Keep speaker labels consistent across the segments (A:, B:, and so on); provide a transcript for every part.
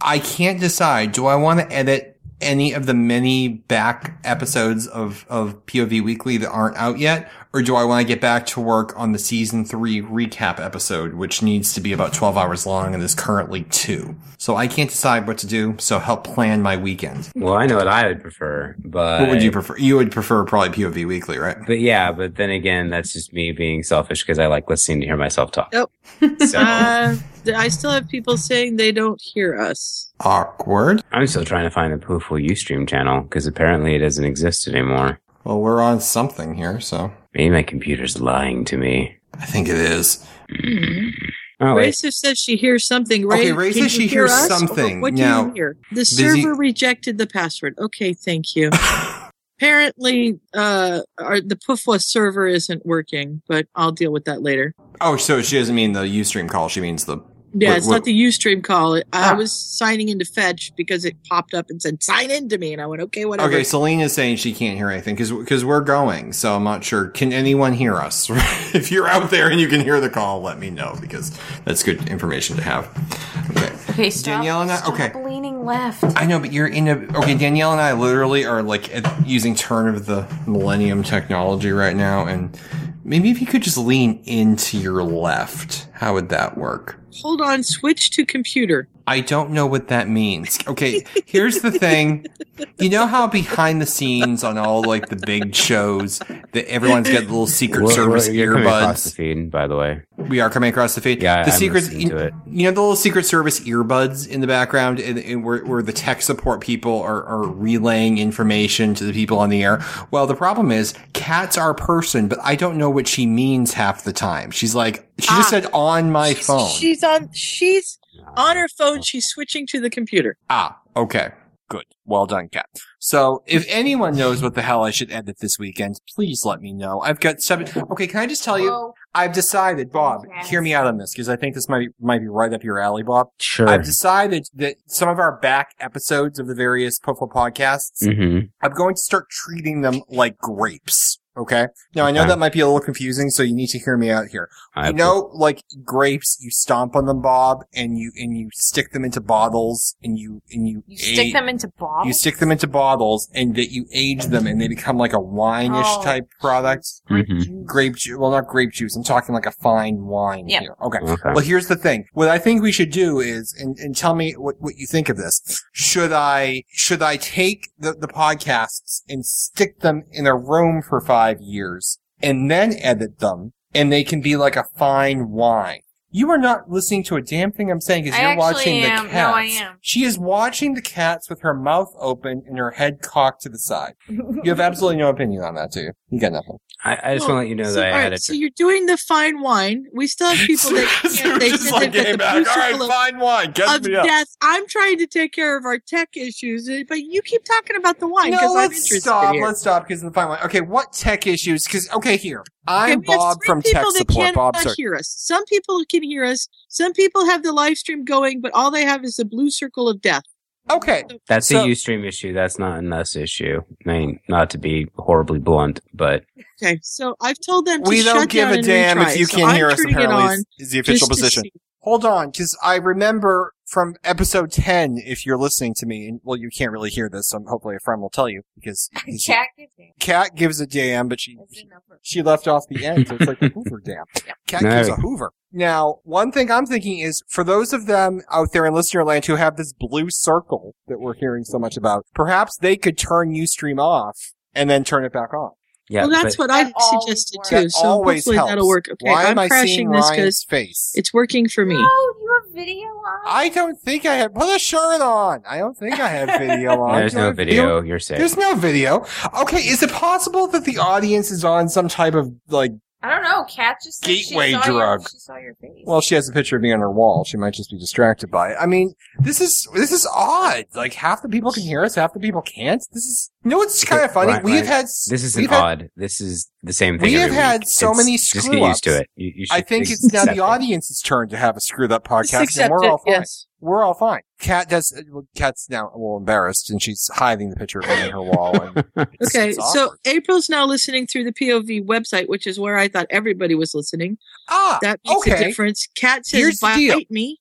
A: I can't decide. Do I want to edit any of the many back episodes of, of POV Weekly that aren't out yet? Or do I want to get back to work on the season three recap episode, which needs to be about 12 hours long and is currently two? So I can't decide what to do. So help plan my weekend.
B: Well, I know what I would prefer, but
A: What would you prefer? You would prefer probably POV Weekly, right?
B: But yeah, but then again, that's just me being selfish because I like listening to hear myself talk.
C: Nope.
B: so
C: Uh, I still have people saying they don't hear us.
A: Awkward.
B: I'm still trying to find the Pooful Ustream channel because apparently it doesn't exist anymore.
A: Well, we're on something here. So
B: Maybe my computer's lying to me.
A: I think it is.
B: Oh, wait.
C: Racer says she hears something. Ray,
A: Okay, Ray
C: can
A: says
C: you
A: she
C: hear
A: hears
C: us? Oh,
A: something.
C: What do
A: Now,
C: you hear? The
A: busy-
C: server rejected the password. Okay, thank you. Apparently, uh, our, the Pufwa server isn't working, but I'll deal with that later.
A: Oh, so she doesn't mean the Ustream call. She means the.
C: Yeah,
A: Wait,
C: it's
A: what-
C: not the Ustream call. I
A: Ah.
C: was signing into Fetch because it popped up and said sign in to me, and I went, okay, whatever.
A: Okay, Celine is saying she can't hear anything because we're going. So I'm not sure. Can anyone hear us? if you're out there and you can hear the call, let me know because that's good information to have. Okay.
D: Okay, stop,
A: Danielle and I-
D: stop
A: okay.
D: leaning left.
A: I know, but you're in a okay. Danielle and I literally are like at, using turn of the millennium technology right now, and maybe if you could just lean into your left, how would that work?
C: Hold on, switch to computer.
A: I don't know what that means. Okay, here's the thing. You know how behind the scenes on all like the big shows that everyone's got little Secret
B: Well,
A: Service
B: you're coming across the
A: earbuds.
B: feed, by the way.
A: We are coming across the feed.
B: Yeah, I-
A: the
B: I'm
A: secret.
B: listening to
A: You,
B: it.
A: you know the little Secret Service earbuds in the background, and, and where, where the tech support people are, are relaying information to the people on the air. Well, the problem is, Kat's our person, but I don't know what she means half the time. She's like, she just said on my
C: She's-
A: phone.
C: She's on. She's on her phone. She's switching to the computer.
A: Ah, okay. Good. Well done, Kat. So, if anyone knows what the hell I should edit this weekend, please let me know. I've got seven. Okay, can I just tell you?
D: Whoa.
A: I've decided, Bob,
D: Yes.
A: hear me out on this, because I think this might, might be right up your alley, Bob.
B: Sure.
A: I've decided that some of our back episodes of the various Puffle podcasts,
B: hmm
A: I'm going to start treating them like grapes. Okay. Now, I know
B: Okay.
A: that might be a little confusing, so you need to hear me out here you know, like grapes, you stomp on them, Bob, and you and you stick them into bottles, and you and you,
D: You stick
A: a-
D: them into bottles?
A: you stick them into bottles, and that you age them, and they become like a wineish
D: Oh.
A: type product.
B: Mm-hmm.
A: Grape juice, well, not grape juice. I'm talking like a fine wine
D: Yep.
A: here. Okay.
B: Okay.
A: Well, here's the thing. What I think we should do is, and, and tell me what, what you think of this. Should I, should I take the, the podcasts and stick them in a room for five years and then edit them and they can be like a fine wine? You are not listening to a damn thing I'm saying because
D: I
A: you're
D: actually
A: watching the
D: am.
A: cats.
D: No, I am.
A: She is watching the cats with her mouth open and her head cocked to the side. You have absolutely no opinion on that, do you? You got nothing.
B: I, I just
C: Well,
B: want to let you know
C: so,
B: that I
C: all
B: had
C: right,
B: a.
C: so you're doing the fine wine. We still have people that can't, they said they've got the crucible of-
A: fine wine,
C: of death. I'm trying to take care of our tech issues, eh, but you keep talking about the wine
A: No,
C: because I'm
A: let's
C: interested
A: stop.
C: here.
A: Let's stop because of the fine wine. Okay, what tech issues? Because okay, here I'm
C: Okay, we have
A: Bob
C: three
A: from tech
C: people that
A: support. Bob,
C: cannot
A: sorry.
C: hear us. Some people can hear us. Some people have the live stream going, but all they have is the blue circle of death.
A: Okay,
B: That's
A: So-
B: a Ustream issue. That's not an us issue. I mean, not to be horribly blunt, but
C: Okay, so I've told them to
A: we
C: shut
A: don't give
C: down
A: a
C: and
A: damn
C: retry,
A: if you
C: so
A: can't
C: I'm
A: hear us.
C: turning it
A: Apparently,
C: on
A: is, is the
C: just
A: official
C: to
A: position.
C: see.
A: Hold on, because I remember from episode ten. If you're listening to me, and well, you can't really hear this, so hopefully a friend will tell you because
D: Jack is
A: Cat gives a damn, but she
D: the number.
A: she left off the end, so it's like the Hoover Dam. Cat
B: No.
A: gives a Hoover. Now, one thing I'm thinking is for those of them out there in listener land who have this blue circle that we're hearing so much about, perhaps they could turn Ustream off and then turn it back on.
B: yeah.
C: well, that's
B: but,
C: what I
D: That always
C: suggested
D: works.
C: too.
A: That
C: So
A: always
C: hopefully
A: helps.
C: that'll work. Okay,
A: Why
C: I'm
A: am I
C: crashing
A: seeing
C: this
A: Ryan's
C: because
A: face?
C: it's working for me.
D: No, you have video on?
A: I don't think I have. Put a shirt on. I don't think I have video on.
B: there's
A: Do I
B: no
A: have
B: video. You're safe.
A: There's no video. Okay, is it possible that the audience is on some type of like?
D: I don't know. Cat just said she
A: Gateway
D: saw
A: drug.
D: Your, she saw your face.
A: Well, she has a picture of me on her wall. She might just be distracted by it. I mean, this is this is odd. Like half the people can hear us, half the people can't. This is you know what's kind of funny.
B: Right,
A: we've
B: right.
A: had
B: This isn't
A: we've had-
B: odd. This is the same thing.
A: We have
B: every week.
A: had so
B: It's-
A: many
B: Just get
A: screw-ups.
B: used to it. You, you should
A: I think it's now
B: accept
A: the
B: it.
A: audience's turn to have a screwed up
C: Just
A: podcast, and
C: accept
A: we're
C: it,
A: all fine.
C: yes.
A: We're all fine. Cat does. well, Cat's now a little embarrassed, and she's hiding the picture of me on her wall. And it's-
C: Okay,
A: it's
C: so
A: awkward.
C: April's now listening through the POV website, which is where I thought everybody was listening.
A: ah,
C: That makes
A: okay.
C: a difference. Cat says
A: Here's the deal.
C: bite me.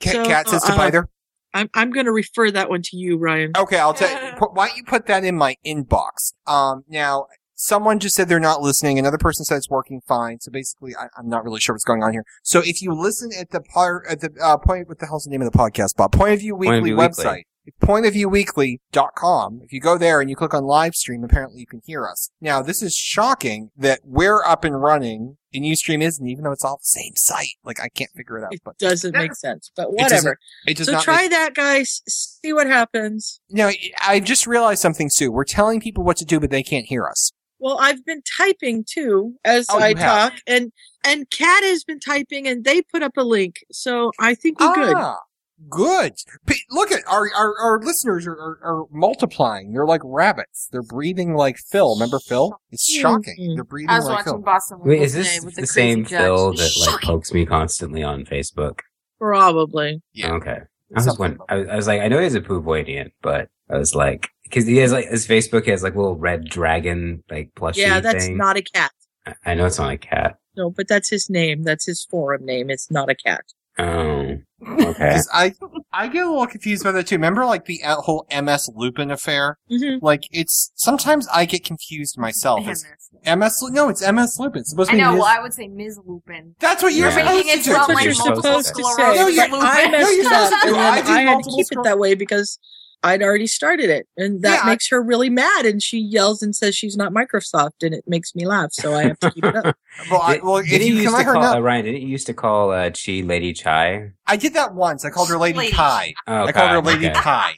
A: Cat,
C: so,
A: Cat says to
C: uh,
A: bite her.
C: I'm I'm going to refer that one to you, Ryan.
A: Okay, I'll tell you. Put, why don't you put that in my inbox? Um, now, someone just said they're not listening. Another person said it's working fine. So basically, I, I'm not really sure what's going on here. So if you listen at the part, at the uh, point, what the hell's the name of the podcast, Bob? Point of View
B: Point of
A: Weekly
B: View Weekly.
A: website. Pointofviewweekly.com. If you go there and you click on live stream, apparently you can hear us. Now, this is shocking that we're up and running and Ustream isn't, even though it's all the same site. Like, I can't figure it out,
C: It
A: but
C: doesn't make sense, but
A: doesn't-
C: whatever.
A: it does
C: So
A: not
C: try that, guys. See what happens.
A: No, I just realized something, Sue. We're telling people what to do, but they can't hear us.
C: Well, I've been typing too as
A: Oh, you
C: I
A: have.
C: talk, and and Kat has been typing, and they put up a link, so I think we're good.
A: Ah, good. P- look at our our, our listeners are, are, are multiplying. They're like rabbits. They're breathing like Phil. Remember Phil? It's shocking.
C: Mhm.
A: They're breathing
D: Mm-hmm. I was
A: like
D: watching
A: Phil.
D: Boston
B: Wait,
D: Legal
B: is
D: today
B: this
D: with
B: the,
D: the
B: same
D: crazy judge.
B: Phil that like
D: Shocking.
B: pokes me constantly on Facebook?
C: Probably.
A: Yeah.
B: Okay. I was,
A: Something
B: wondering,
A: about
B: I, was, I was like, I know he's a Poovoidian, but I was like, because he has like his Facebook has like little red dragon like plushie
C: yeah, that's
B: thing.
C: not a cat.
B: I- I know it's not a cat.
C: No, but that's his name. That's his forum name. It's not a cat.
B: Oh, okay.
A: 'Cause I I get a little confused by that too. Remember like the uh, whole MS Lupin affair?
C: hmm
A: Like it's sometimes I get confused myself.
D: Mm-hmm. Damn
A: It's
D: this.
A: MS Lu- no, it's MS Lupin. It's supposed
D: I
A: to be
D: know.
A: Ms.
D: Well, I would say Ms. Lupin.
A: That's what you're
B: You're
A: supposed
D: making it
A: to do.
D: sound
C: That's what
D: like
C: you're
D: multiple
C: supposed to say.
D: sclerosis.
A: No,
C: But I messed
A: you're
C: up,
A: supposed to.
C: and then
A: I did
C: I had to
A: multiple
C: keep it
A: sclerosis.
C: that way because I'd already started it, and that
A: Yeah, I-
C: makes her really mad. And she yells and says she's not Microsoft, and it makes me laugh. So I have to keep it up.
A: Well, I, well,
B: didn't
A: if
B: you
A: you can
B: used to
A: let her
B: call
A: know,
B: uh, Ryan? Didn't you used to call uh, Chi Lady Chai?
A: I did that once. I called her Lady
D: Lady.
A: Kai.
B: Oh,
A: I called her
B: God,
A: Lady
B: okay.
A: Kai.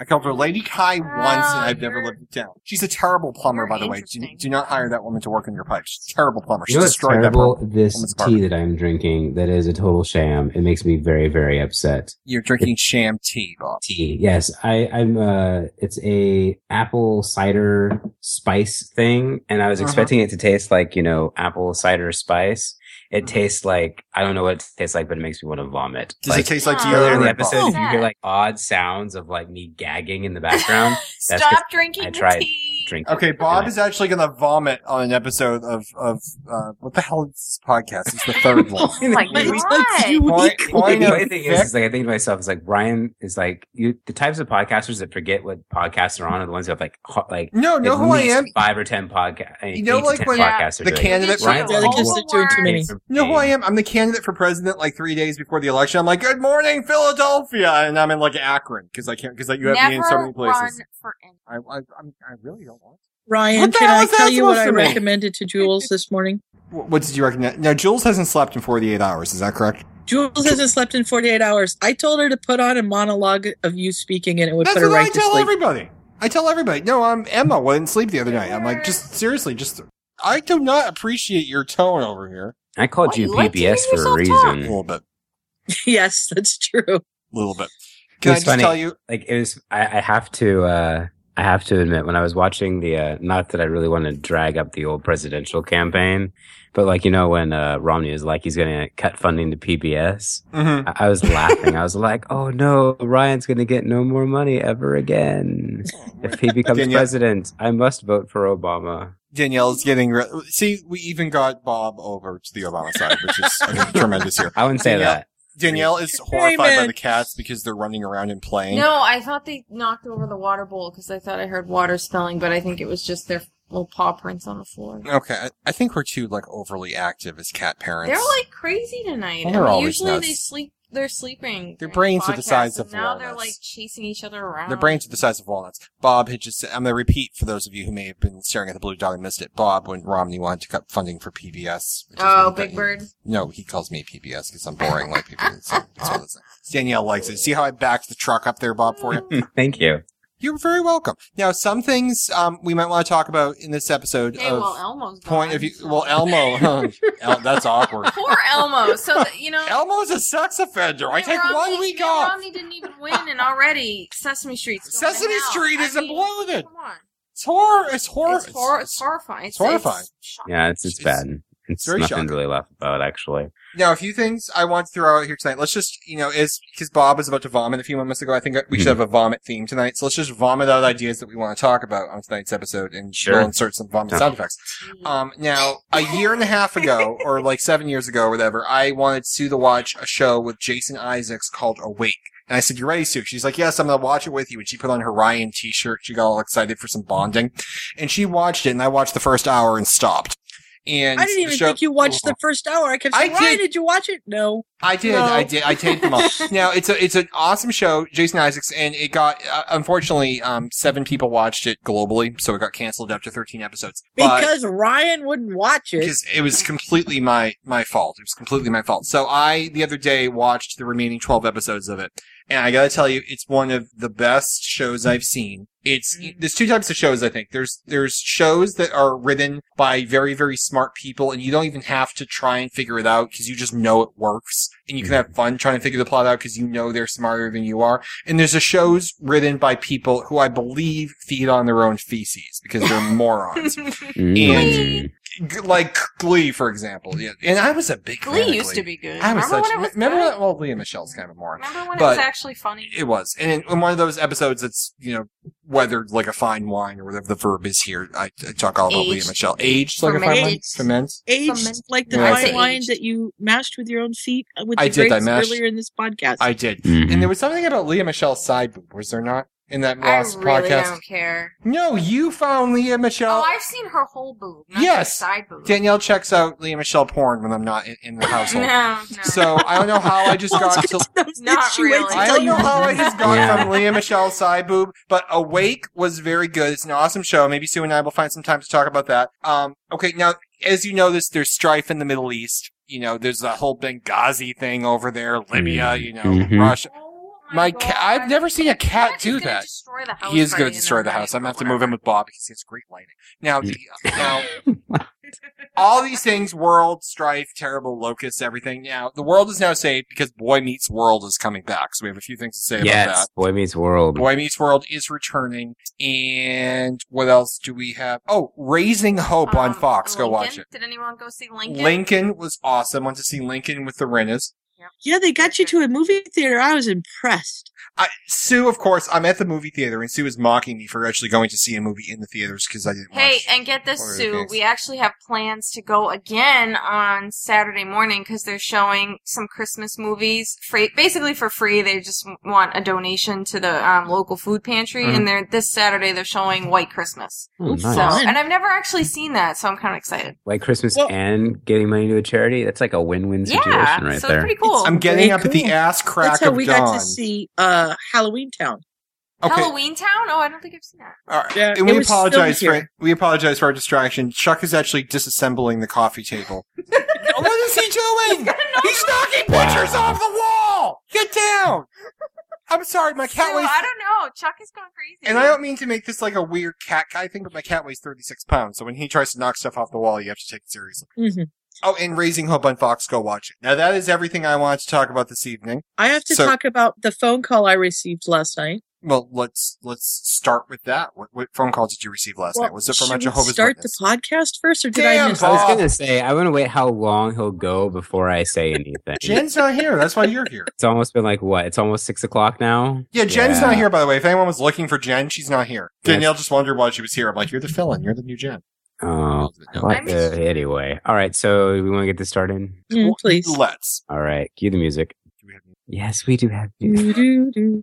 A: I called her Lady Kai once, and
D: Oh,
A: I've never
D: you're-
A: lived it down. She's a terrible plumber,
D: you're
A: by the way. Do,
D: interesting.
A: do not hire that woman to work in your pipe. She's a terrible plumber. She
B: You know what's
A: destroyed that
B: terrible?
A: pump.
B: This
A: woman's
B: tea
A: apartment.
B: that I'm drinking that is a total sham. It makes me very, very upset.
A: You're drinking sham tea, Bob.
B: Tea, yes. I, I'm. Uh, it's a apple cider spice thing, and I was
A: Uh-huh.
B: expecting it to taste like you know apple cider spice. It
A: Mhm.
B: tastes like I don't know what it tastes like, but it makes me want to vomit.
A: Does
B: like,
A: it taste like
D: Oh.
B: earlier in
A: deodorant?
B: the
A: Bob?
B: episode?
D: Oh.
B: You hear like odd sounds of like me gagging in the background. That's 'cause
D: Stop drinking
B: I
D: the
B: tried
D: tea.
B: drinking.
A: oh. Okay, Bob is actually going to vomit on an episode of of uh, what the hell is this podcast? It's the third one.
D: Oh my
C: But it's
D: God.
C: like you
A: Point-
C: weekly.
A: point
B: the
A: of-
B: funny thing is, is, like I think to myself, is like Ryan is like you. The types of podcasters that forget what podcasts are on are the ones who have like ho- like
A: No, know
B: at
A: who I
B: least
A: am.
B: five or ten eh, podcasts.
A: You know, like, when
B: podcasts are
A: the
B: doing it.
A: candidate
D: Did you
B: Ryan's like,
C: Delegates are doing too many.
B: Different
A: You know who I
B: thing.
A: am? I'm the candidate for president like three days before the election. I'm like, good morning, Philadelphia. And I'm in like Akron because I can't, because like, you have me in so
D: Never
A: many places.
D: run for any-
A: I, I, I'm, I really don't want
C: Ryan,
A: What the
C: can
A: hell
C: I
A: is that
C: tell you what I
A: supposed to mean?
C: recommended to Jules this morning?
A: to. Wh- What did you recognize? Now, Jules hasn't slept in 48 hours. Is that correct?
C: Jules hasn't slept in 48 hours. I told her to put on a monologue of you speaking and it would
A: That's
C: put her
A: what I
C: right to
A: tell
C: sleep.
A: everybody. I tell everybody. No, I'm Emma. Wouldn't sleep the other night. I'm like, just seriously, just. I do not appreciate your tone over here.
B: I called
D: Why
B: you
D: you like to
B: PBS
D: hear
B: for a
D: yourself
A: A
B: reason.
A: little bit.
C: yes, that's true.
A: A little bit. Can I
B: It's
A: just
B: funny.
A: tell you?
B: Like it was, I, I have to, uh, I have to admit, when I was watching the, uh, not that I really want to drag up the old presidential campaign, but like you know when uh, Romney was like he's going to cut funding to PBS,
A: Mhm.
B: I I was laughing. I was like, "Oh no, Ryan's going to get no more money ever again if he becomes
A: Danielle-
B: president. I must vote for Obama."
A: Danielle's getting. Re- See, we even got Bob over to the Obama side, which is I think, tremendous here.
B: I wouldn't say
A: Danielle-
B: that.
A: Danielle is horrified by
C: Amen.
A: the cats because they're running around and playing.
D: No, I thought they knocked over the water bowl because I thought I heard water spilling, but I think it was just their little paw prints on the floor.
A: Okay, I, I think we're too like overly active as cat parents.
D: They're like crazy tonight.
A: Well, they're
D: I mean,
A: always
D: usually
A: nuts.
D: they sleep. They're sleeping.
A: Their
D: during
A: brains are the
D: podcasts,
A: size
D: and
A: of
D: now they're
A: walnuts.
D: like chasing each other around.
A: their brains are the size of walnuts. Bob had just said, I'm going to repeat for those of you who may have been staring at the blue dot and missed it. Bob, when Romney wanted to cut funding for PBS. which is
D: Oh,
A: what he-
D: Big Bird.
A: No, he calls me PBS because I'm boring like people. So, it's one of those things. Danielle likes it. See how I backed the truck up there, Bob, for you?
B: Thank you.
A: You're very welcome. Now, some things um, we might want to talk about in this episode
D: Hey,
A: of
D: well, Elmo's gone,
A: point of view.
D: so-
A: Well, Elmo, huh? El- that's awkward.
D: Poor Elmo. So that, you know,
A: Elmo's a sex offender. I
D: Mitt
A: take
D: Romney-
A: one week
D: Mitt
A: off.
D: Romney didn't even win, and already Sesame Street's going to
A: Sesame
D: hell.
A: Street
D: I
A: is
D: mean,
A: imploded.
D: Come on.
A: It's horror. It's horror.
D: It's, hor- it's horrifying. It's,
A: horrifying.
D: It's shocking.
B: Yeah, it's it's,
A: It's-
B: bad. It's,
A: very
B: nothing
A: shocking.
B: to really laugh about, actually.
A: Now, a few things I want to throw out here tonight. Let's just, you know, is because Bob was about to vomit a few moments ago. I think we should
B: Hmm.
A: have a vomit theme tonight. So let's just vomit out ideas that we want to talk about on tonight's episode, and
B: Sure.
A: we'll insert some vomit
B: Yeah.
A: sound effects. Um, now, a year and a half ago, or like seven years ago, or whatever, I wanted Sue to watch a show with Jason Isaacs called Awake. And I said, "You ready, Sue?" She's like, "Yes, I'm gonna watch it with you." And she put on her Ryan T-shirt. She got all excited for some bonding, and she watched it. And I watched the first hour and stopped. And
C: I didn't even
A: the show-
C: think you watched the first hour. I kept saying,
A: I
C: Ryan,
A: did-
C: did. you watch it? No.
A: I did,
C: No.
A: I did, I taped them all. now it's a it's an awesome show, Jason Isaacs, and it got uh, unfortunately um, seven people watched it globally, so it got canceled after thirteen episodes. But-
C: Because Ryan wouldn't watch it.
A: because it was completely my my fault. It was completely my fault. So I the other day watched the remaining twelve episodes of it, and I gotta tell you, it's one of the best shows I've seen. It's there's two types of shows I think. There's there's shows that are written by very very smart people, and you don't even have to try and figure it out because you just know it works, and you can have fun trying to figure the plot out because you know they're smarter than you are. And there's a shows written by people who I believe feed on their own feces because they're morons
B: Mm.
A: g- like Glee, for example. Yeah, and I was a big fan of
D: Glee used to be good.
A: I was
D: remember
A: such.
D: when it was
A: remember
D: good?
A: when- well, Leah Michelle's kind of a moron.
D: Remember when it
A: but-
D: was actually funny?
A: It was, and in, in one of those episodes, that's you know weathered like a fine wine or whatever the verb is here. I, I talk all about Leah
D: Aged.
A: Michelle. Aged like a fine wine.
D: Fermented.
A: Ferment.
C: Aged
D: Fermented.
C: like the
A: Yeah,
C: fine
A: aged.
C: wine that you mashed with your own feet with the
A: I did, I
C: grapes
A: mashed-
C: earlier in this podcast.
A: I did.
B: Mhm.
A: And there was something about Leah Michelle's side boob. Was there not in that
D: I
A: last
D: really
A: podcast?
D: don't care.
A: No, you found Leah Michelle.
D: Oh, I've seen her whole boob, not
A: Yes.
D: her side boob.
A: Danielle checks out Leah Michelle porn when I'm not in, in the household.
D: No, no.
A: So I don't know how I just
C: Well,
A: got
C: it's
A: to
C: those
D: Not
C: that she waits
D: really.
A: I
C: until
A: don't know
C: you-
A: how I just got
B: Yeah.
A: from Leah Michelle's side boob, but Awake was very good. It's an awesome show. Maybe Sue and I will find some time to talk about that. Um, okay, now as you know, this there's strife in the Middle East. You know, there's the whole Benghazi thing over there, Libya. You know,
B: Mhm.
A: Russia.
D: Oh
A: My cat. I've
D: God.
A: never seen a cat
D: He's
A: do
D: gonna
A: that.
D: Destroy the house
A: He is
D: by
A: going
D: the
A: to
D: end
A: destroy
D: of
A: the house. I'm going to have to
D: whatever.
A: move in with Bob because he has great lighting. Now, the,
B: Mm.
A: now, all these things world strife terrible locusts everything now the world is now saved because boy meets world is coming back so we have a few things to say about
B: Yes,
A: that
B: Boy Meets World.
A: boy meets world is returning and what else do we have oh raising hope on
D: Um,
A: fox go
D: Lincoln?
A: watch it
D: Did anyone go see Lincoln?
A: lincoln, was awesome went to see lincoln with the rennas
C: Yeah, they got you to a movie theater. I was impressed.
A: I, sue of course i'm at the movie theater and sue is mocking me for actually going to see a movie in the theaters because i didn't
D: Hey,
A: watch
D: and get this,
A: Order of
D: Sue.
A: Phoenix.
D: We actually have plans to go again on Saturday morning because they're showing some Christmas movies free, basically for free. They just want a donation to the um, local food pantry, and they're this Saturday they're showing White Christmas.
B: Oh,
C: Oops.
B: Mm-hmm. nice.
D: So,
C: Fun.
D: and I've never actually seen that, so I'm kind of excited.
B: Like Christmas
C: Well-
B: and getting money to a charity. That's like a win-win situation
D: yeah,
B: right
D: so
B: there.
D: it's pretty cool.
A: i'm getting up at the
C: Cool.
A: ass crack
C: That's how
A: of
C: we
A: dawn
C: got to see uh, Halloween Town.
A: okay
D: Halloween Town? Oh, I don't think I've seen that.
A: All right.
C: Yeah,
A: and
C: it
A: we
C: was
A: apologize
C: filmed
A: for we apologize for our distraction. Chuck is actually disassembling the coffee table. what is he doing? He's knocking
B: Wow.
A: pictures off the wall. Get down. I'm sorry, my
D: Sue,
A: cat weighs.
D: I don't know. Chuck is going crazy.
A: And I don't mean to make this like a weird cat guy thing, but my cat weighs 36 pounds. So when he tries to knock stuff off the wall, you have to take it seriously.
C: Mhm.
A: Oh, and Raising Hope on Fox, go watch it. Now that is everything I wanted to talk about this evening.
C: I have to
A: So-
C: talk about the phone call I received last night.
A: Well, let's let's start with that. What, what phone call did you receive last
C: Well,
A: night? Was it from a
C: should we
A: Jehovah's
C: start
A: Witness?
C: the podcast first, or did
A: Damn,
C: I miss
B: I
A: Bob.
B: was gonna say I want to wait how long he'll go before I say anything.
A: Jen's not here. That's why you're here.
B: it's almost been like what? It's almost six o'clock now.
A: Yeah, Jen's
B: Yeah.
A: not here, by the way. If anyone was looking for Jen, she's not here.
B: Yes.
A: Danielle just wondered why she was here. I'm like, you're the fill in. You're the new Jen.
B: Oh, what the- anyway. All right, so we want to get this started.
C: Mm, please?
A: Let's.
B: All right, cue the music. Yes, we do have. Music.
C: Do, do, do.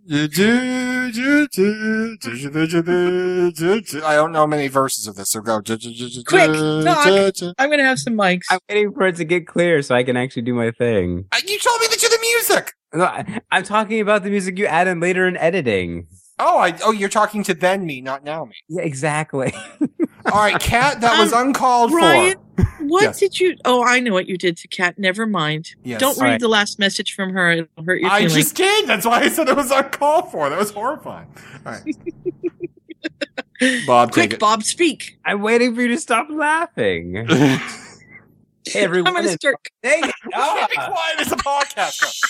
A: I don't know many verses of this, so go.
C: Quick, talk. I'm gonna have some mics.
B: I'm waiting for it to get clear so I can actually do my thing.
A: Uh, You told me that you're the music.
B: No, I, I'm talking about the music you add in later in editing.
A: Oh, I. Oh, you're talking to then me, not now me.
B: Yeah, exactly.
A: All right, Cat, that was
C: Um,
A: uncalled
C: Ryan,
A: for.
C: what
A: Yes.
C: did you? Oh, I know what you did to Kat. Never mind.
A: Yes.
C: Don't read
B: Alright.
C: the last message from her; it'll hurt your
A: I
C: feelings.
A: just did. That's why I said it was uncalled for. That was horrifying. All right. Bob, take
C: Quick,
A: it.
C: Bob, speak.
B: I'm waiting for you to stop laughing. Hey,
C: I'm
B: everyone.
C: gonna
B: is-
C: start.
B: Dang it.
A: Ah. Be
B: Ah.
A: quiet. It's a podcast.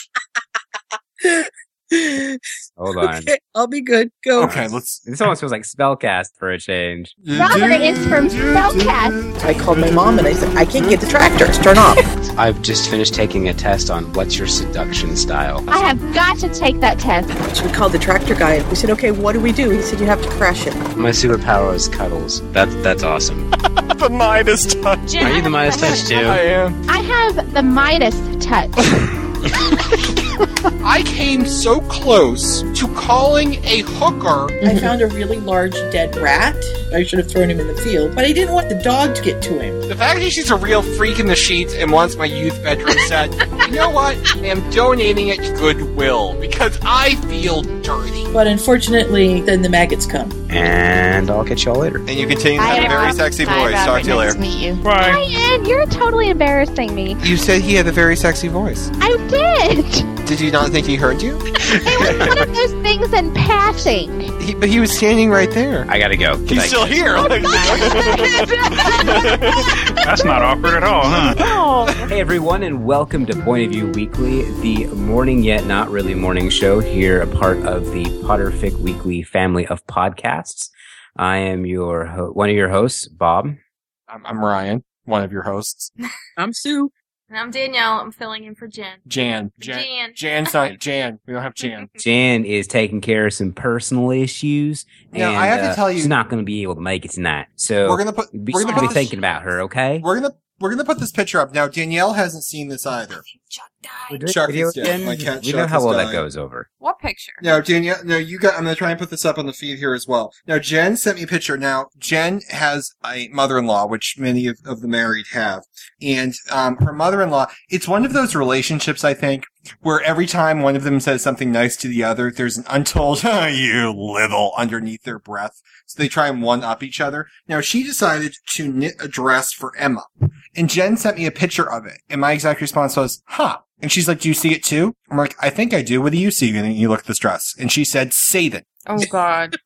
B: Hold on.
C: okay, I'll be good. Go.
A: okay, let's.
B: This almost feels like Spellcast for a change.
E: Robert is from Spellcast.
F: I called my mom and I said, I can't get the tractors. Turn off.
B: I've just finished taking a test on what's your seduction style.
E: I have got to take that test.
F: So we called the tractor guy and we said, okay, what do we do? He said, you have to crash it.
B: My superpower is cuddles. That's that's awesome.
A: the Midas touch.
E: Jen,
B: Are you
E: I
B: the
E: have
B: Midas touch
E: the-
B: too?
A: am.
E: I have the Midas touch.
G: I came so close to calling a hooker.
F: I found a really large dead rat. I should have thrown him in the field, but I didn't want the dog to get to him.
G: The fact that she's a real freak in the sheets and wants my youth veteran set, you know what? I am donating it to Goodwill because I feel dirty.
F: But unfortunately, then the maggots come.
B: And I'll catch y'all later.
H: And you continue to have a very sexy voice. Talk to you later.
I: Meet you.
J: Bye.
E: Ryan, you're totally embarrassing me.
A: You said he had a very sexy voice.
E: I did.
A: Did you not think he heard you?
E: It was one of those things in passing.
A: He, but he was standing right there.
B: I gotta go. Good
H: He's
B: night.
H: still here.
J: That's not awkward at all, huh?
B: Hey everyone, and welcome to Point of View Weekly, the morning yet not really morning show here, a part of the Potterfic Weekly family of podcasts. I am your ho- one of your hosts, Bob.
A: I'm, I'm Ryan, one of your hosts.
C: I'm Sue.
D: And I'm Danielle. I'm filling in for Jen.
A: Jan. Jan.
D: Jan.
A: Jan's not Jan. We don't have Jan.
B: Jen is taking care of some personal issues.
A: Now,
B: and,
A: I have to
B: uh,
A: tell you-
B: she's not going to be able to make it tonight.
A: We're
B: So
A: gonna put.
B: be,
A: We're gonna
B: be
A: put this,
B: thinking about her, okay?
A: We're gonna we're gonna put this picture up now. Danielle hasn't seen this either.
D: Chuck died.
A: Shark is dead.
B: again?
A: My cat
B: we
A: Shark
B: know how
A: is
B: well that
A: dying.
B: goes over.
D: What picture?
A: Now, Danielle, no, you got, I'm going to try and put this up on the feed here as well. Now, Jen sent me a picture. Now, Jen has a mother-in-law, which many of, of the married have. And, um, her mother-in-law, it's one of those relationships, I think, where every time one of them says something nice to the other, there's an untold, "Oh, you little underneath their breath. So they try and one up each other. Now, she decided to knit a dress for Emma. And Jen sent me a picture of it. And my exact response was, huh. And she's like, do you see it too? I'm like, I think I do. What do you see? And you look at this dress. And she said, Satan.
D: Oh God.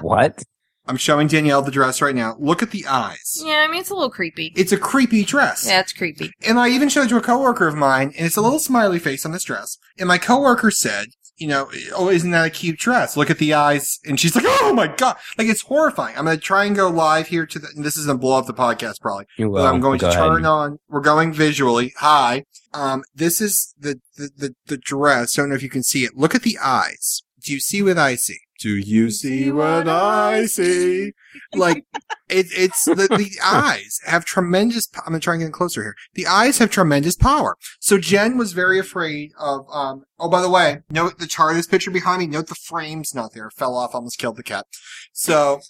B: What?
A: I'm showing Danielle the dress right now. Look at the eyes.
D: yeah, I mean it's a little creepy.
A: It's a creepy dress.
D: Yeah, it's creepy.
A: And I even showed to a coworker of mine, and it's a little smiley face on this dress. And my coworker said, you know, oh, isn't that a cute dress? Look at the eyes. And she's like, oh my God. Like, it's horrifying. I'm going to try and go live here to the, and this is going to blow up the podcast probably.
B: You
A: But I'm
B: will.
A: going
B: Go
A: to
B: ahead.
A: turn on. We're going visually. Hi. Um, this is the, the, the, the dress. Don't know if you can see it. Look at the eyes. Do you see what I see? Do you see what I see? Like, it, it's the, the eyes have tremendous, po- I'm going to try and get closer here. The eyes have tremendous power. So Jen was very afraid of, um, oh, by the way, note the chart, this picture behind me, note the frame's not there. Fell off, almost killed the cat. So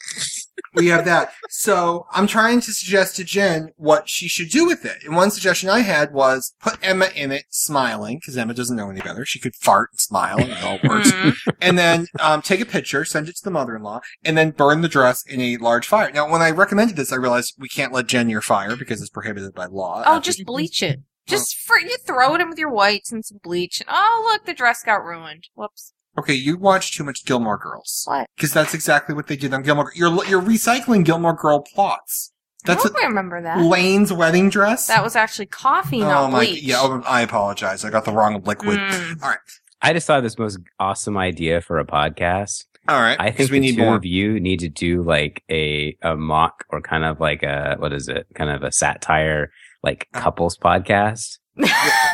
A: we have that. So I'm trying to suggest to Jen what she should do with it. And one suggestion I had was put Emma in it smiling, because Emma doesn't know any better. She could fart and smile and it all works.
D: Mm.
A: and then um, take a picture, send it to the mother-in-law, and then burn the dress in a large fire. Now, when I recommended this, I realized we can't let Jen near fire because it's prohibited by law.
D: Oh,
A: After
D: just
A: you-
D: bleach it. Just for you throw it in with your whites and some bleach. And oh, look, the dress got ruined. Whoops.
A: Okay, you watch too much Gilmore Girls.
D: What?
A: Because that's exactly what they did on Gilmore. You're you're recycling Gilmore Girl plots. That's
D: I
A: what
D: don't remember that.
A: Lane's wedding dress.
D: that was actually coffee,
A: oh
D: not
A: my!
D: bleach.
A: Yeah, oh, I apologize. I got the wrong liquid.
D: Mm.
B: I just thought of this most awesome idea for a podcast.
A: All right,
B: I think
A: we
B: the
A: need
B: two
A: more.
B: of you need to do like a a mock or kind of like a what is it? Kind of a satire like
A: Uh.
B: couples podcast.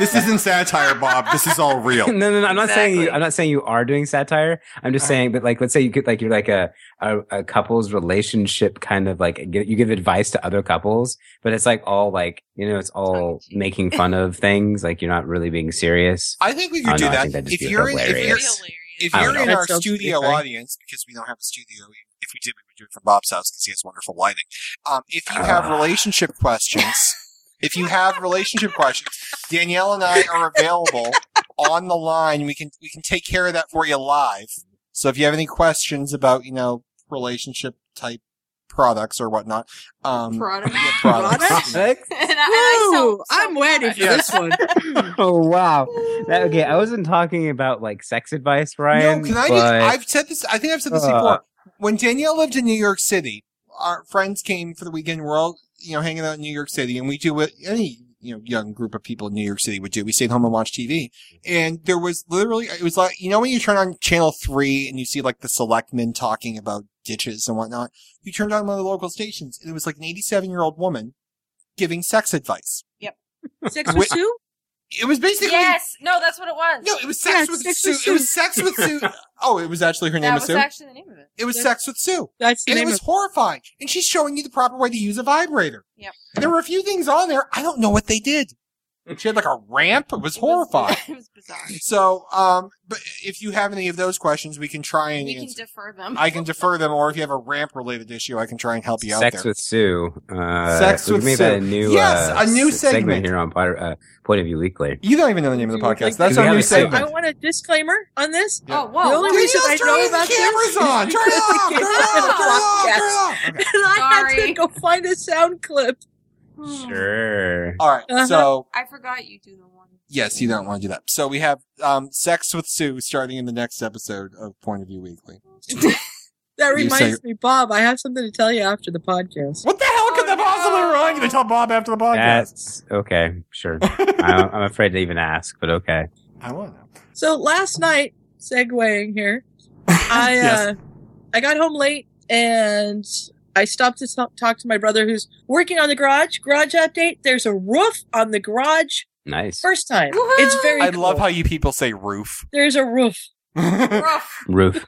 A: this isn't satire, Bob. This is all
B: no,
A: real.
B: no, no. I'm not saying you,
D: Exactly.
B: I'm not saying you are doing satire. I'm just
A: Uh-huh.
B: saying that like let's say you could like you're like a a, a couples relationship kind of like you give advice to other couples, but it's like all like you know it's all making fun of things. Like you're not really being serious.
A: I think we could
B: Oh,
A: do
B: no, I
A: that.
B: think that'd just
A: If
B: be
A: you're, in, if
B: hilarious.
A: you're
D: Hilarious.
A: if
B: I don't
A: you're in
B: know.
A: our
F: That sounds
A: studio
F: pretty funny.
A: audience, because we don't have a studio, if we did, we would do it from Bob's house because he has wonderful lighting. Um, if you have
B: Ah.
A: relationship questions, if you have relationship questions, Danielle and I are available on the line. We can we can take care of that for you live. So if you have any questions about you know relationship type products or whatnot, um,
D: Product.
A: yeah, products.
D: and I, and I
C: Woo!
D: so, so
C: I'm ready for this one.
B: oh wow. That, okay, I wasn't talking about like sex advice, Ryan.
A: No, can I just?
B: but-
A: I've said this. I think I've said this
B: Uh.
A: before. When Danielle lived in New York City, our friends came for the weekend. We're all you know hanging out in New York City, and we do what any you know young group of people in New York City would do. We stayed home and watched TV, and there was literally it was like you know when you turn on channel three and you see like the selectmen talking about ditches and whatnot. You turned on one of the local stations, and it was like an eighty-seven year old woman giving sex advice.
C: Six
A: Wait.
C: with two?
A: It was basically
D: Yes. No, that's what it was.
A: no, it was
C: Yeah,
A: sex
C: it's
A: with
C: Sex
A: Sue.
C: with
A: It was
C: Sue.
A: sex with Sue. Oh, it was actually her name
D: that
A: is
D: was
A: Sue.
D: actually the name of it.
A: It was sex with Sue.
C: That's the
A: And it
C: name
A: was
C: of
A: horrifying. And she's showing you the proper way to use a vibrator.
D: Yep.
A: There were a few things on there. I don't know what they did. She had like a ramp. It was horrifying.
D: it was bizarre.
A: So, um, but if you have any of those questions, we can try and
D: We can
A: answer.
D: defer them.
A: I can defer them, or if you have a ramp related issue, I can try and help you out
B: Sex
A: there.
B: with Sue. Uh,
A: Sex
B: we
A: with
B: made
A: Sue.
B: that A new,
A: Yes, a
B: uh,
A: new
B: s- segment.
A: segment.
B: here on Pod- uh, Point of View Weekly.
A: you don't even know the name of the podcast. That's
B: We
A: our
B: have
A: new
B: a segment.
A: segment.
C: I want a disclaimer on this. The
D: oh, whoa.
C: only
D: whoa.
C: reason I
A: Danielle's
C: know
A: turning
C: about
A: the cameras
C: this-
A: on. Turn it off. Turn it off. Turn it off. Turn it off. Okay.
C: and I had to
D: Sorry.
C: go find a sound clip. Oh.
B: Sure.
A: All right,
C: Uh-huh.
A: So
D: I forgot you do the one.
A: yes, you don't want to do that. So we have um, sex with Sue starting in the next episode of Point of View Weekly.
C: That
A: You say-
C: reminds me, Bob, I have something to tell you after the podcast.
A: What the hell could
D: Oh,
A: that possibly
D: no.
A: wrong? Gonna tell Bob after the podcast.
B: That's okay. Sure. I, I'm afraid to even ask, but okay.
A: I want to know.
C: So last night, segueing here, I
A: Yes.
C: uh, I got home late and I stopped to stop, talk to my brother who's working on the garage. Garage update. There's a roof on the garage.
B: Nice.
C: First time.
D: Woohoo!
C: It's very.
A: I love
C: cool.
A: how you people say roof.
C: there's a roof.
D: Rough.
B: Roof.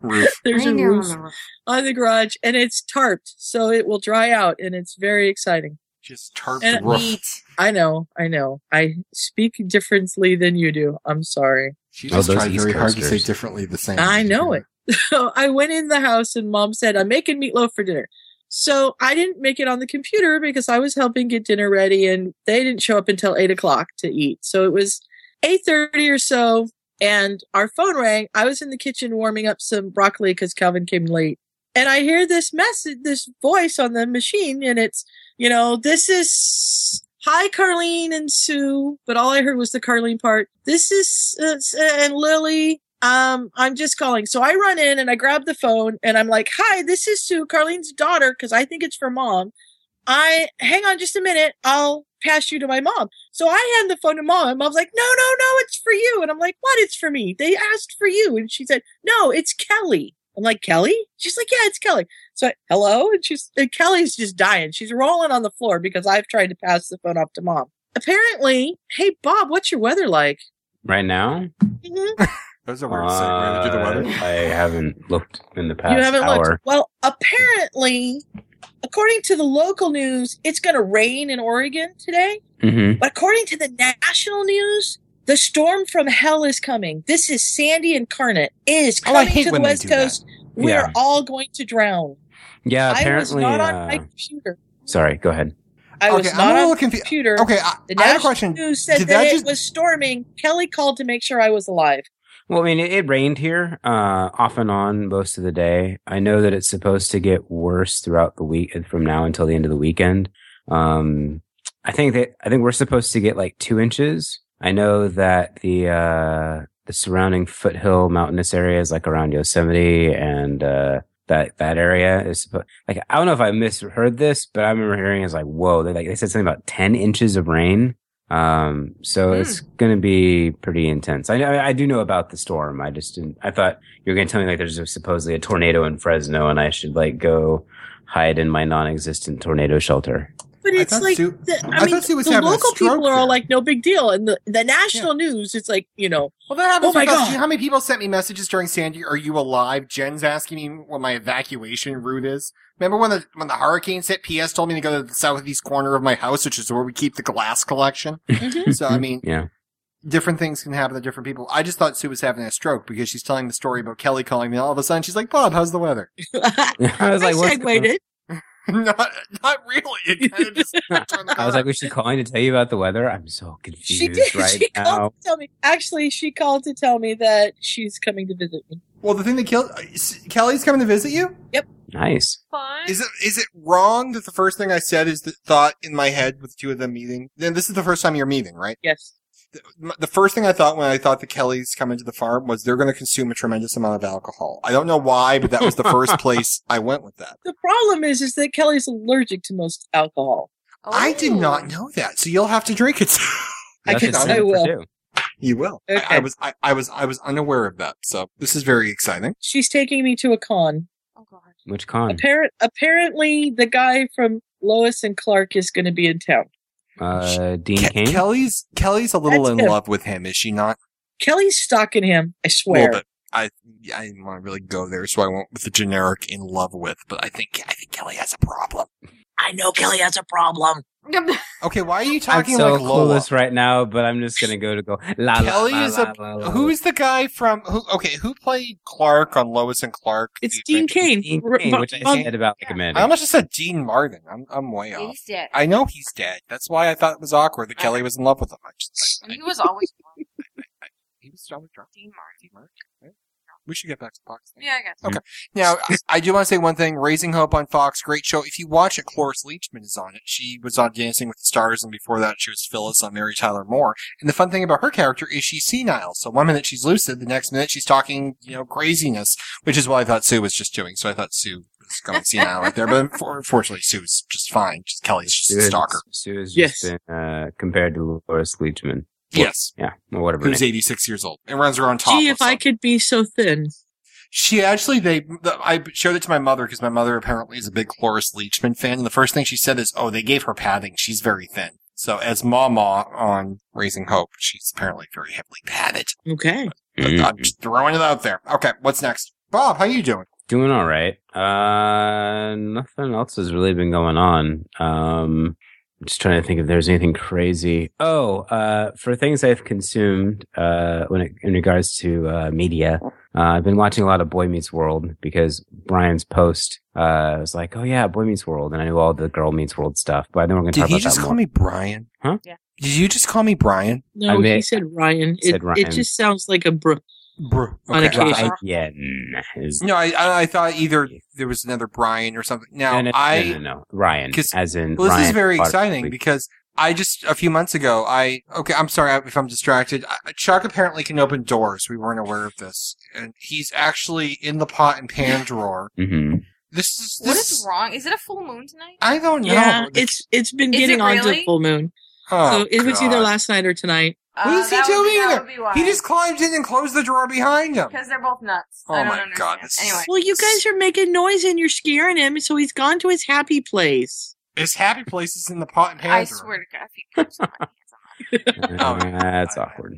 A: roof.
C: There's
D: I
C: a
D: knew
C: roof
D: on the roof.
C: on the garage and it's tarped, so it will dry out, and it's very exciting.
A: Just turf
C: And-
A: roof.
D: Neat.
C: I know. I know. I speak differently than you do. I'm sorry.
A: She
B: Oh,
A: just
B: those
A: tried
B: East
A: very hard to say
B: Coasters.
A: differently the same.
C: I know it. So I went in the house and mom said, I'm making meatloaf for dinner. So I didn't make it on the computer because I was helping get dinner ready and they didn't show up until eight o'clock to eat. So it was eight thirty or so and our phone rang. I was in the kitchen warming up some broccoli because Calvin came late. And I hear this message, this voice on the machine and it's, you know, this is Hi, Carlene and Sue. But all I heard was the Carlene part. This is uh, s- and Lily. Um, I'm just calling. So I run in and I grab the phone and I'm like, "Hi, this is Sue, Carlene's daughter, because I think it's for mom." I hang on just a minute. I'll pass you to my mom. So I hand the phone to mom, and mom's like, "No, no, no, it's for you." And I'm like, "What? It's for me? They asked for you." And she said, "No, it's Kelly." I'm like, "Kelly?" She's like, "Yeah, it's Kelly." So I- hello, and she's and Kelly's just dying. She's rolling on the floor because I've tried to pass the phone off to mom. Apparently, hey Bob, what's your weather like?
B: Right now?
C: Mhm.
A: Those are weird. segue to do the
B: Uh,
A: weather.
B: I haven't looked in the past
C: You haven't
B: hour.
C: looked. Well, apparently, according to the local news, it's going to rain in Oregon today.
B: Mm-hmm.
C: But according to the national news, the storm from hell is coming. This is Sandy incarnate. It is
A: Oh, I
C: coming
A: hate
C: to the
A: when they
C: West
A: do that.
C: Coast. We're
B: Yeah.
C: all going to drown.
B: Yeah,
C: I was
B: apparently.
C: not on
B: uh,
C: my computer.
B: sorry, go ahead.
C: I
A: okay,
C: was
A: I'm a
C: not on
A: little
C: my
A: confused.
C: computer.
A: Okay, I,
C: The
A: I have a
C: national
A: question.
C: news said
A: Did
C: that,
A: that
C: it
A: just-
C: was storming. Kelly called to make sure I was alive.
B: Well, I mean, it, it rained here uh, off and on most of the day. I know that it's supposed to get worse throughout the week from now until the end of the weekend. Um, I think that I think we're supposed to get like two inches. I know that the uh, the surrounding foothill mountainous areas, like around Yosemite and uh, that that area, is supposed. Like I don't know if I misheard this, but I remember hearing it's like, whoa, they like they said something about ten inches of rain. Um, so
D: Hmm.
B: it's going to be pretty intense. I, I I do know about the storm. I just didn't. I thought you were going to tell me like there's a, supposedly a tornado in Fresno, and I should like go hide in my non-existent tornado shelter.
C: But
A: I
C: it's
A: thought
C: like
A: Sue-
C: the, I,
A: I
C: mean,
A: thought Sue was
C: the
A: having a
C: local
A: stroke
C: people are all
A: there.
C: like, no big deal, and the, the national news, it's like you know,
A: Well, that happens
C: Oh my
A: with us.
C: God.
A: You know how many people sent me messages during Sandy? Are you alive? Jen's asking me what my evacuation route is. Remember when the when the hurricanes hit? P.S. told me to go to the southeast corner of my house, which is where we keep the glass collection.
B: Mm-hmm.
A: So I mean,
B: yeah,
A: different things can happen to different people. I just thought Sue was having a stroke because she's telling the story about Kelly calling me. All of a sudden, she's like, "Bob, how's the weather?"
C: I,
B: I was like, what's-
C: segued it.
A: not, not really. It kind of just.
B: I was like, we should call in to tell you about the weather. I'm so confused
C: She did.
B: right
C: she
B: now.
C: called to tell me. Actually, she called to tell me that she's coming to visit me.
A: well, the thing that killed Kelly's coming to visit you.
B: Nice.
D: Fun.
A: Is it is it wrong that the first thing I said is the thought in my head with two of them meeting? Then this is the first time you're meeting, right?
C: Yes.
A: m- the first thing I thought when I thought the Kellys come into the farm was they're going to consume a tremendous amount of alcohol. I don't know why, but that was the first place I went with that.
C: The problem is, is that Kelly's allergic to most alcohol.
D: Oh.
A: I did not know that, so you'll have to drink it.
C: I
B: That's
C: can.
A: could-
B: exciting
C: I
B: for
C: will.
B: two.
A: you will. I- I,
C: Okay.
A: was I, I was I was unaware of that, so this is very exciting.
C: She's taking me to a con.
D: Oh, God.
B: Which con?
C: Apparent. Apparently, the guy from Lois and Clark is going to be in town.
B: Uh, Dean
A: Ke-
B: Kane.
A: Kelly's Kelly's a little
C: That's
A: in
C: him.
A: love with him, is she not?
C: Kelly's stalking him.
A: A
C: I
A: little
C: swear.
A: bit. I I didn't want to really go there, so I went with the generic in love with. But I think I think Kelly has a problem.
C: I know Kelly has a problem.
A: Okay, why are you
B: I'm
A: talking
B: so
A: like Lola?
B: clueless right now, but I'm just gonna go to go. La, la,
A: Kelly
B: la,
A: is
B: la,
A: a-
B: la, la,
A: Who is the guy from who? Okay, who played Clark on Lois and Clark?
C: It's
A: The
C: Dean
A: Adventures-
C: Kane.
B: Dean
C: R-
B: Cain,
C: Mom-
B: which I
C: Mom-
B: said about like a minute.
A: I almost just said Dean Martin. I'm I'm way off.
H: He's dead.
A: I know he's dead. That's why I thought it was awkward
B: Uh,
A: that Kelly was in love with him. I just, I, I,
D: He was always wrong.
A: he was always drunk.
D: Dean Martin.
A: Dean Martin. right? We should get back to Fox. then.
D: Yeah, I guess.
A: Now, I, I do want to say one thing. Raising Hope on Fox, great show. If you watch it, Cloris Leachman is on it. She was on Dancing with the Stars, and before that, she was Phyllis on Mary Tyler Moore. And the fun thing about her character is she's senile. So one minute she's lucid, the next minute she's talking, you know, craziness, which is what I thought Sue was just doing. So I thought Sue was going senile right there. But for, fortunately, Sue's just fine. Just Kelly's just a
B: Sue is-
A: stalker.
B: Sue is
C: Yes.
B: just been, uh, compared to Loris Leachman.
A: Yes.
B: Yeah, or whatever. her
A: Who's 86 years old and runs around top.
C: Gee, if I could be so thin.
A: She actually, they, the, I showed it to my mother because my mother apparently is a big Cloris Leachman fan. And the first thing she said is, oh, they gave her padding. She's very thin. So as Mama on Raising Hope, she's apparently very heavily padded.
C: Okay.
A: But
B: name.
A: I'm just throwing it out there. Okay. What's next? Bob, how you doing?
B: Doing all right. Uh, nothing else has really been going on. Um, I'm just trying to think if there's anything crazy. Oh, uh, for things I've consumed, uh, when it, in regards to uh, media, uh, I've been watching a lot of Boy Meets World because Brian's post uh, was like, "Oh yeah, Boy Meets World," and I knew all the Girl Meets World stuff. But I know we're going to
A: Did
B: talk
A: he
B: about
A: just
B: that
A: call
B: more.
A: me Brian?
B: Huh?
H: Yeah.
A: Did you just call me Brian?
C: No,
B: I mean-
C: he said Ryan.
B: Said
C: It,
B: Ryan.
C: it just sounds like a bro.
A: Bruh.
C: On
A: Okay.
C: occasion.
B: Ryan is-
A: No, I, I, I thought either there was another Brian or something. Now,
B: no, no, no,
A: I,
B: no, no, no. Ryan,
A: 'cause-
B: as in
A: Well, this is
B: Ryan
A: very
B: Potter-
A: exciting because I just a few months ago, I okay, I'm sorry if I'm distracted. I- Chuck apparently can open doors. We weren't aware of this, and he's actually in the pot and pan drawer.
B: Mhm.
A: This is this.
D: What is wrong? Is it a full moon tonight?
A: I don't know.
C: Yeah, it's it's been
D: Is
C: getting
D: it
C: on to
D: really?
C: full moon.
A: Oh,
C: so it was either
A: God.
C: last night or tonight.
A: What is he
D: Uh, that would be-
A: doing
D: that
A: there?
D: would be why.
A: He just climbed in and closed the drawer behind him.
D: because they're both nuts.
A: Oh
D: I don't
A: my
D: understand.
A: God, this is-
D: Anyway,
C: Well, you guys are making noise and you're scaring him, so he's gone to his happy place.
A: His happy place is in the pot and pan.
D: I
A: drawer.
D: swear to God, if he comes on my hands, I'm
A: Oh,
B: Mm-hmm. that's
A: I-
B: awkward.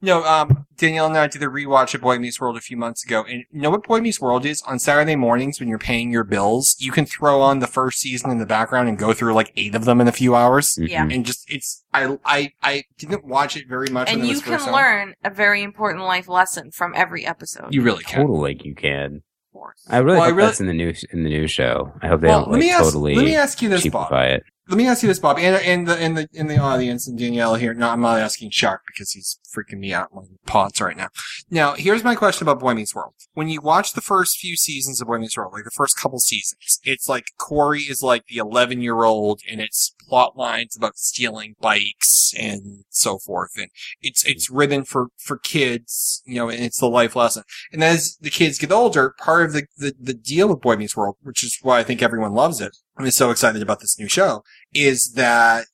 A: No, um, Danielle and I did a rewatch of Boy Meets World a few months ago, and you know what Boy Meets World is? On Saturday mornings when you're paying your bills, you can throw on the first season in the background and go through like eight of them in a few hours.
B: Mm-hmm.
D: Yeah.
A: And just, it's, I, I, I didn't watch it very much.
D: and
A: when it
D: you
A: was first
D: can
A: on.
D: learn a very important life lesson from every episode.
A: You really can.
B: Totally, you can.
D: course.
B: I really
A: Well, I
B: hope
A: really-
B: that's in the new in the new show. I hope they
A: Well,
B: don't
A: let
B: like
A: me ask,
B: totally
A: let me ask you this, Bob.
B: cheapify it.
A: Let me ask you this, Bob, and, and the, and the, in the audience and Danielle here. No, I'm not asking Chuck because he's freaking me out in my pots right now. Now, here's my question about Boy Meets World. When you watch the first few seasons of Boy Meets World, like the first couple seasons, it's like Corey is like the 11 year old and it's plot lines about stealing bikes and so forth. And it's, it's written for, for kids, you know, and it's the life lesson. And as the kids get older, part of the, the, the deal with Boy Meets World, which is why I think everyone loves it, I'm so excited about this new show, is that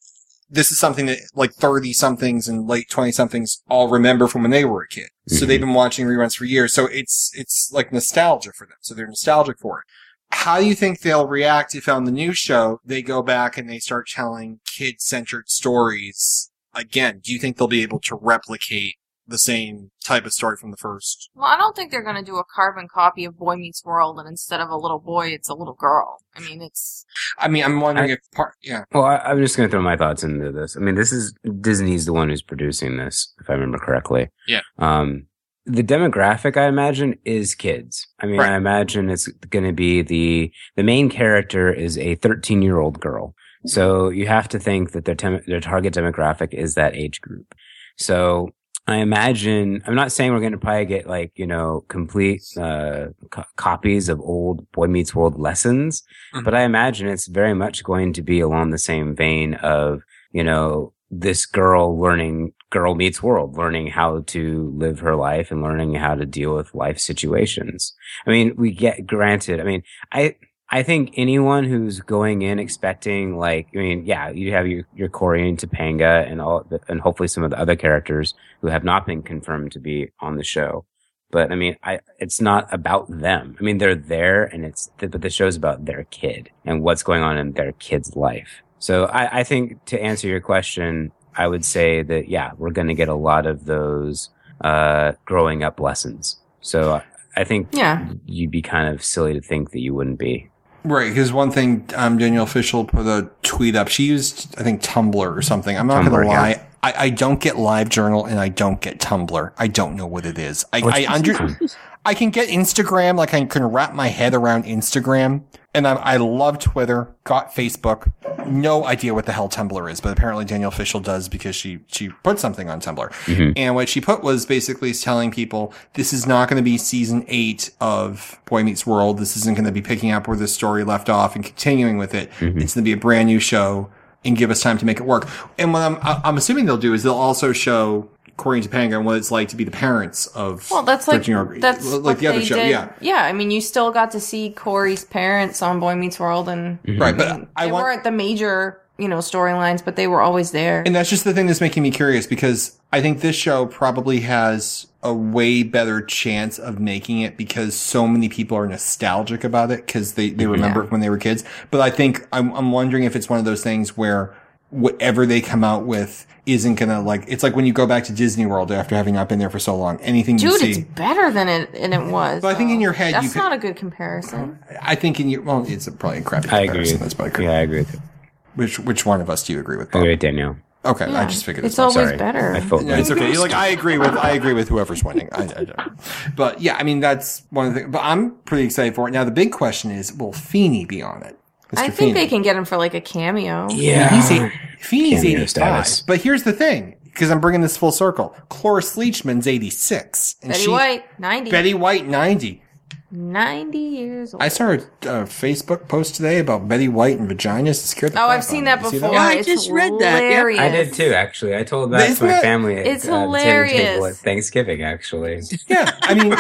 A: this is something that like 30 somethings and late 20 somethings all remember from when they were a kid. So
B: Mhm.
A: they've been watching reruns for years. So it's, it's like nostalgia for them. So they're nostalgic for it. How do you think they'll react if on the new show they go back and they start telling kid centered stories again? Do you think they'll be able to replicate the same type of story from the first
D: Well, I don't think they're going to do a carbon copy of Boy Meets World, and instead of a little boy, it's a little girl. I mean, it's
A: I mean, I'm wondering if part, yeah.
B: Well, I, I'm just going to throw my thoughts into this. I mean, this is Disney's the one who's producing this, if I remember correctly.
A: Yeah.
B: Um, the demographic I imagine is kids. I mean,
A: Right.
B: I imagine it's going to be the the main character is a 13 year old girl. So you have to think that their tem- their target demographic is that age group. So I imagine I'm not saying we're going to probably get like you know complete uh, co- copies of old Boy Meets World lessons,
A: Mhm.
B: but I imagine it's very much going to be along the same vein of you know this girl learning girl meets world learning how to live her life and learning how to deal with life situations i mean we get granted i mean i i think anyone who's going in expecting like i mean yeah you have your, your corey and topanga and all the, and hopefully some of the other characters who have not been confirmed to be on the show but i mean i it's not about them i mean they're there and it's but the show's about their kid and what's going on in their kid's life so i i think to answer your question i would say that yeah we're going to get a lot of those uh growing up lessons so i think
D: yeah.
B: you'd be kind of silly to think that you wouldn't be
A: Right, because one thing um, Danielle Fishel put a tweet up. She used, I think, Tumblr or something. I'm not going
B: Tumblr,
A: to
B: yeah.
A: lie. I, I don't get LiveJournal and I don't get Tumblr. I don't know what it is. I, I under, I can get Instagram, like I can wrap my head around Instagram, and I, I love Twitter. Got Facebook. No idea what the hell Tumblr is, but apparently Danielle Fishel does because she she put something on Tumblr.
B: Mhm.
A: And what she put was basically telling people this is not going to be season eight of Boy Meets World. This isn't going to be picking up where the story left off and continuing with it.
B: Mhm.
A: It's going to be a brand new show and give us time to make it work. And what I'm I- I'm assuming they'll do is they'll also show. According to Pangan, what it's like to be the parents of
D: Well, that's like
A: 13 Year-
D: that's
A: like
D: what
A: the other
D: they
A: show,
D: did.
A: yeah.
D: I mean, you still got to see Corey's parents on Boy Meets World, and
B: Mm-hmm.
A: Right,
D: I
A: but
D: mean,
A: I
D: they
A: want,
D: weren't the major you know storylines, but they were always there.
A: and that's just the thing that's making me curious because I think this show probably has a way better chance of making it because so many people are nostalgic about it because they,
B: Mm-hmm.
A: they remember it when they were kids. But I think I'm, I'm wondering if it's one of those things where whatever they come out with isn't gonna like, it's like when you go back to Disney World after having not been there for so long, anything you
D: Dude,
A: see.
D: it's better than it and it was.
A: But I think
D: though.
A: in your head you
D: that's
A: could-
D: not a good comparison.
A: I think in your, well, it's probably a crappy
B: I agree.
A: comparison. That's probably, cr-
B: Yeah, I agree with you.
A: which, which one of us do you agree with?
B: I
A: Bob?
B: agree with Danielle.
A: Okay. I
D: Yeah.
A: just figured as
D: it's
A: much.
D: always
B: Sorry.
D: better.
B: I felt
A: Yeah, it's okay. You're like I agree with I agree with whoever's winning. I, I don't. But yeah, I mean that's one of the. But I'm pretty excited for it. Now the big question is, will Feeney be on it? Mr.
D: I think they can get him for like a cameo.
B: Yeah.
A: He's eight, Feeney's
B: Cameo
A: 85.
B: status.
A: But here's the thing, because I'm bringing this full circle. Cloris Leachman's 86, and
D: Betty
A: she
D: White, 90.
A: Betty White 90.
D: 90 years old.
A: I saw a uh, Facebook post today about Betty White and vaginas. It scared the
D: oh,
A: crap out
D: I've
A: of
D: seen
A: me.
D: that
A: You see
D: before.
F: Yeah, I
D: It's
F: just read that, yeah.
D: hilarious.
B: I did too, actually. I told that
A: Isn't
B: to my
A: it-
B: family at
D: It's
B: uh, the dinner table at
D: hilarious.
B: Thanksgiving, actually.
A: Yeah, I mean,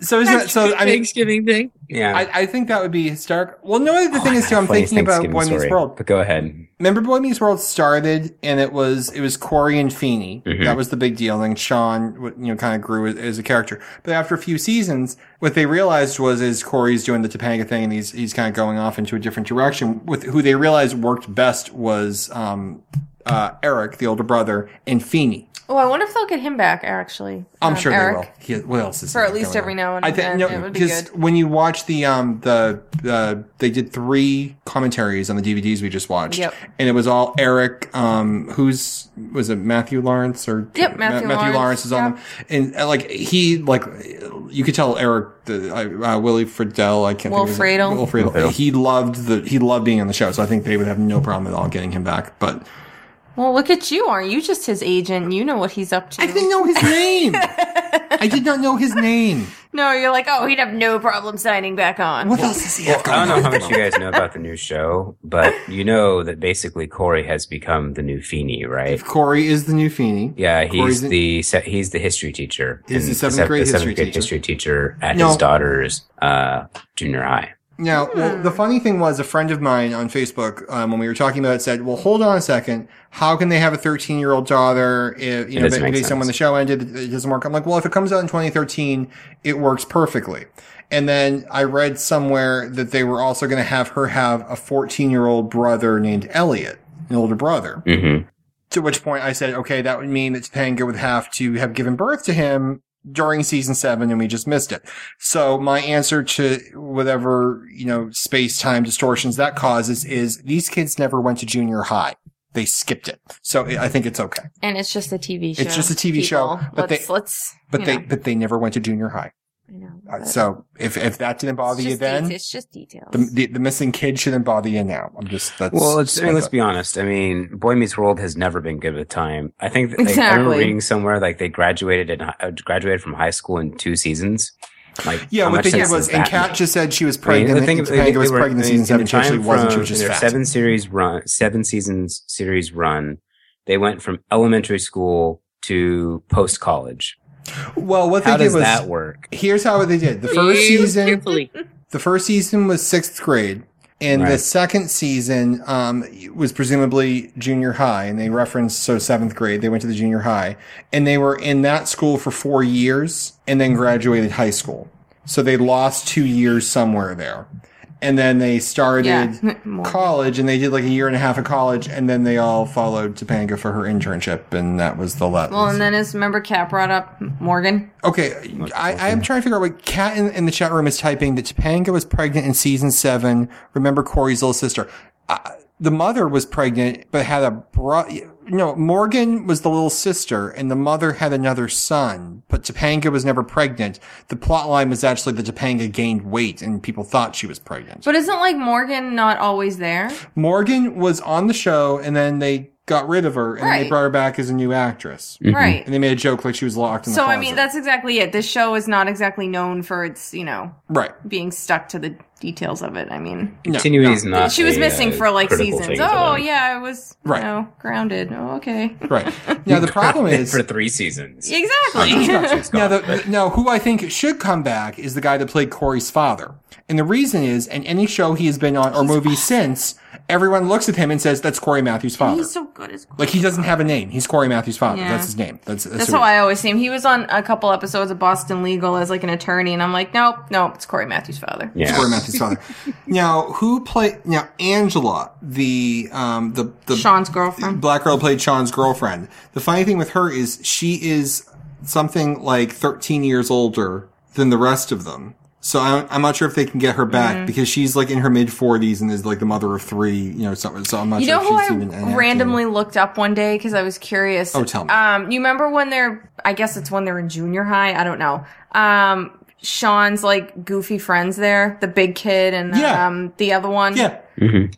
A: so isn't that,
C: That's
A: so?
C: a
A: I mean,
C: Thanksgiving thing.
B: Yeah.
A: I, I think that would be hysterical. Well, no, the thing is too, I'm
B: Funny
A: thinking about
B: Thanksgiving
A: Boy Meets
B: story,
A: World.
B: But go ahead.
A: Remember, Boy Meets World started, and it was it was Corey and Feeney.
B: Mhm.
A: That was the big deal. And Sean, w- you know, kind of grew as, as a character. But after a few seasons, what they realized was is Corey's doing the Topanga thing, and he's he's kind of going off into a different direction. With who they realized worked best was um, uh, Eric, the older brother, and Feeney.
D: Oh, I wonder if they'll get him back, actually.
A: I'm
D: Um,
A: sure
D: Eric.
A: they will. He, what else is
D: For
A: there
D: at least
A: going
D: every
A: on?
D: now and
A: I think
D: then, it
A: no,
D: would be
A: because when you watch the um the uh, they did three commentaries on the DVDs we just watched,
D: Yep.
A: and it was all Eric. Um, who's was it Matthew Lawrence or
D: Yep,
A: Ma-
D: Matthew Lawrence,
A: is on them, and uh, like he like you could tell Eric the uh, uh, Willie Friedle I can't
D: Will
A: think of his-
D: Friedle.
A: Will Friedle he loved the he loved being on the show, so I think they would have no problem at all getting him back, but.
D: Well, look at you. Aren't you just his agent? You know what he's up to.
A: I didn't know his name. I did not know his name.
D: No, you're like, oh, he'd have no problem signing back on.
A: What else does he have
B: I
A: going
B: don't know
A: on?
B: how much you guys know about the new show, but you know that basically Corey has become the new Feeny, right?
A: Corey is the new Feeny.
B: Yeah, he's
A: Corey's in-
B: the se- he's the history teacher.
A: He's
B: and
A: the seventh
B: sep-
A: grade
B: seventh
A: history
B: grade
A: teacher.
B: history teacher at
A: No.
B: his daughter's uh, junior high.
A: Now, well, the funny thing was, a friend of mine on Facebook, um, when we were talking about it, said, "Well, hold on a second. How can they have a 13 year old daughter? If, you
B: It
A: know,
B: doesn't
A: ba-
B: make
A: based on when
B: sense.
A: the show ended, it- it doesn't work." I'm like, "Well, if it comes out in 2013, it works perfectly." And then I read somewhere that they were also going to have her have a 14 year old brother named Elliot, an older brother.
B: Mm-hmm.
A: To which point I said, okay, that would mean that Topanga would have to have given birth to him during season seven and we just missed it. So my answer to whatever, you know, space time distortions that causes is these kids never went to junior high. They skipped it. So I I think it's okay.
D: And it's just a TV show.
A: It's just a TV show,
D: people.
A: but
D: let's,
A: they-
D: let's,
A: But
D: you
A: they,
D: know,
A: but they never went to junior high.
D: I know,
A: Uh,
D: but
A: So if, if that didn't
D: it's
A: bother you
D: just
A: then,
D: de- it's just details.
A: the, the, the missing kid shouldn't bother you now. I'm just, that's,
B: Well, it's, I mean,
A: that's
B: let's
A: it.
B: be honest. I mean, Boy Meets World has never been good with time. I think that, like, I remember
D: Exactly.
B: reading somewhere like they graduated in hi- uh, graduated from high school in two seasons. Like,
A: yeah,
B: how
A: what
B: much
A: they did
B: sense
A: was,
B: does
A: and
B: that
A: Kat
B: make?
A: just said she was
B: I mean,
A: pregnant.
B: thing-
A: and Topanga was
B: were-
A: pregnant in
B: in
A: season
B: the
A: seven. She
B: time
A: actually wasn't. She was
B: from
A: just
B: their
A: fat.
B: seven series run, seven seasons series run. They went from elementary school to post college.
A: Well, what they
B: How
A: did
B: does
A: was
B: that work?
A: here's how they did. The first season,
C: Beautifully.
A: the first season was sixth grade, and the
B: Right.
A: second season um, was presumably junior high, and they referenced so seventh grade. They went to the junior high, and they were in that school for four years, and then graduated high school. So they lost two years somewhere there. and then they started
D: Yeah. More.
A: college, and they did like a year and a half of college, and then they all followed Topanga for her internship, and that was the lessons.
D: Well, and then as member Cat brought up Morgan.
A: Okay, I, I am trying to figure out what Kat in, in the chat room is typing that Topanga was pregnant in season seven. Remember Corey's little sister. Uh, the mother was pregnant, but had a bro. No, Morgan was the little sister, and the mother had another son. But Topanga was never pregnant. The plot line was actually that Topanga gained weight, and people thought she was pregnant.
D: But isn't like Morgan not always there?
A: Morgan was on the show, and then they got rid of her, and then they
D: Right.
A: brought her back as a new actress.
D: Right.
A: And they made a joke like she was locked in the
D: So I
A: closet.
D: mean that's exactly it. This show is not exactly known for its, you know,
A: right.
D: being stuck to the details of it. I mean,
A: No,
B: Continuity
A: no.
B: is not.
D: she was
B: a,
D: missing
B: uh,
D: for like
B: critical thing
D: seasons.
B: for
D: Oh
B: them.
D: yeah, I was
A: Right.
D: you know, grounded. Oh okay,
A: Right. Now the problem is
B: for three seasons.
D: exactly.
B: She's
A: now
B: gone,
A: the,
B: but-
A: now who I think should come back is the guy that played Corey's father. And the reason is in any show he has been on or movie since, everyone looks at him and says, That's Corey Matthews' father.
D: He's so good as
A: like he doesn't have a name. He's Corey Matthews' father.
D: Yeah.
A: That's his name. That's that's,
D: That's
A: who
D: how
A: he is.
D: I always see him. He was on a couple episodes of Boston Legal as like an attorney, and I'm like, nope, nope, it's Corey Matthews' father.
A: It's
B: yeah.
A: Corey Matthews' father. now who played now Angela, the um the the
D: Sean's girlfriend.
A: black girl played Sean's girlfriend. The funny thing with her is she is something like 13 years older than the rest of them. So I'm, I'm not sure if they can get her back
D: Mm-hmm.
A: because she's like in her mid 40s and is like the mother of three. You know, so, so I'm not
D: You
A: sure
D: know who
A: if she's even
D: I
A: acting.
D: randomly looked up one day because I was curious.
A: Oh, tell me.
D: Um, you remember when they're? I guess it's when they're in junior high. I don't know. Um, Sean's like goofy friends there, the big kid and
A: Yeah.
D: um the other one.
A: Yeah,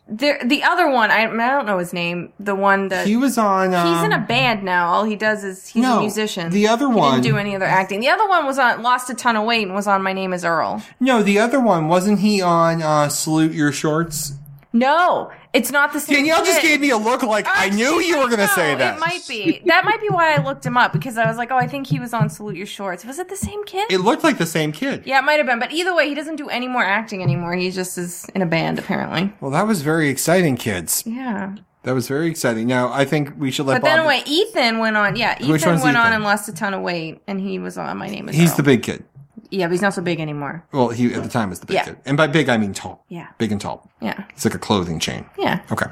D: There, the other one. I, I don't know his name. The one that
A: he was on. Um,
D: he's in a band now. All he does is he's
A: No,
D: a musician.
A: the other
D: he
A: one-
D: didn't do any other acting. The other one was on lost a ton of weight and was on My Name Is Earl.
A: No, the other one wasn't he on uh, Salute Your Shorts?
D: No, it's not the same.
A: Danielle just
D: kid.
A: gave me a look like I knew you were going to
D: No,
A: say that.
D: It might be. That might be why I looked him up because I was like, oh, I think he was on Salute Your Shorts. Was it the same kid?
A: It looked like the same kid.
D: yeah, it might have been. But either way, he doesn't do any more acting anymore. He just is in a band apparently.
A: Well, that was very exciting, kids.
D: Yeah.
A: That was very exciting. Now I think we should let.
D: But then
A: Bob-
D: anyway, Ethan went on. Yeah, Ethan
A: Which
D: went
A: one's Ethan?
D: on and lost a ton of weight, and he was on My Name Is
A: He's
D: Earl.
A: the big kid.
D: yeah, but he's not so big anymore.
A: Well, he at the time was the big
D: Yeah.
A: kid, and by big I mean tall.
D: Yeah.
A: big and tall.
D: Yeah,
A: It's like a clothing chain.
D: yeah.
A: Okay,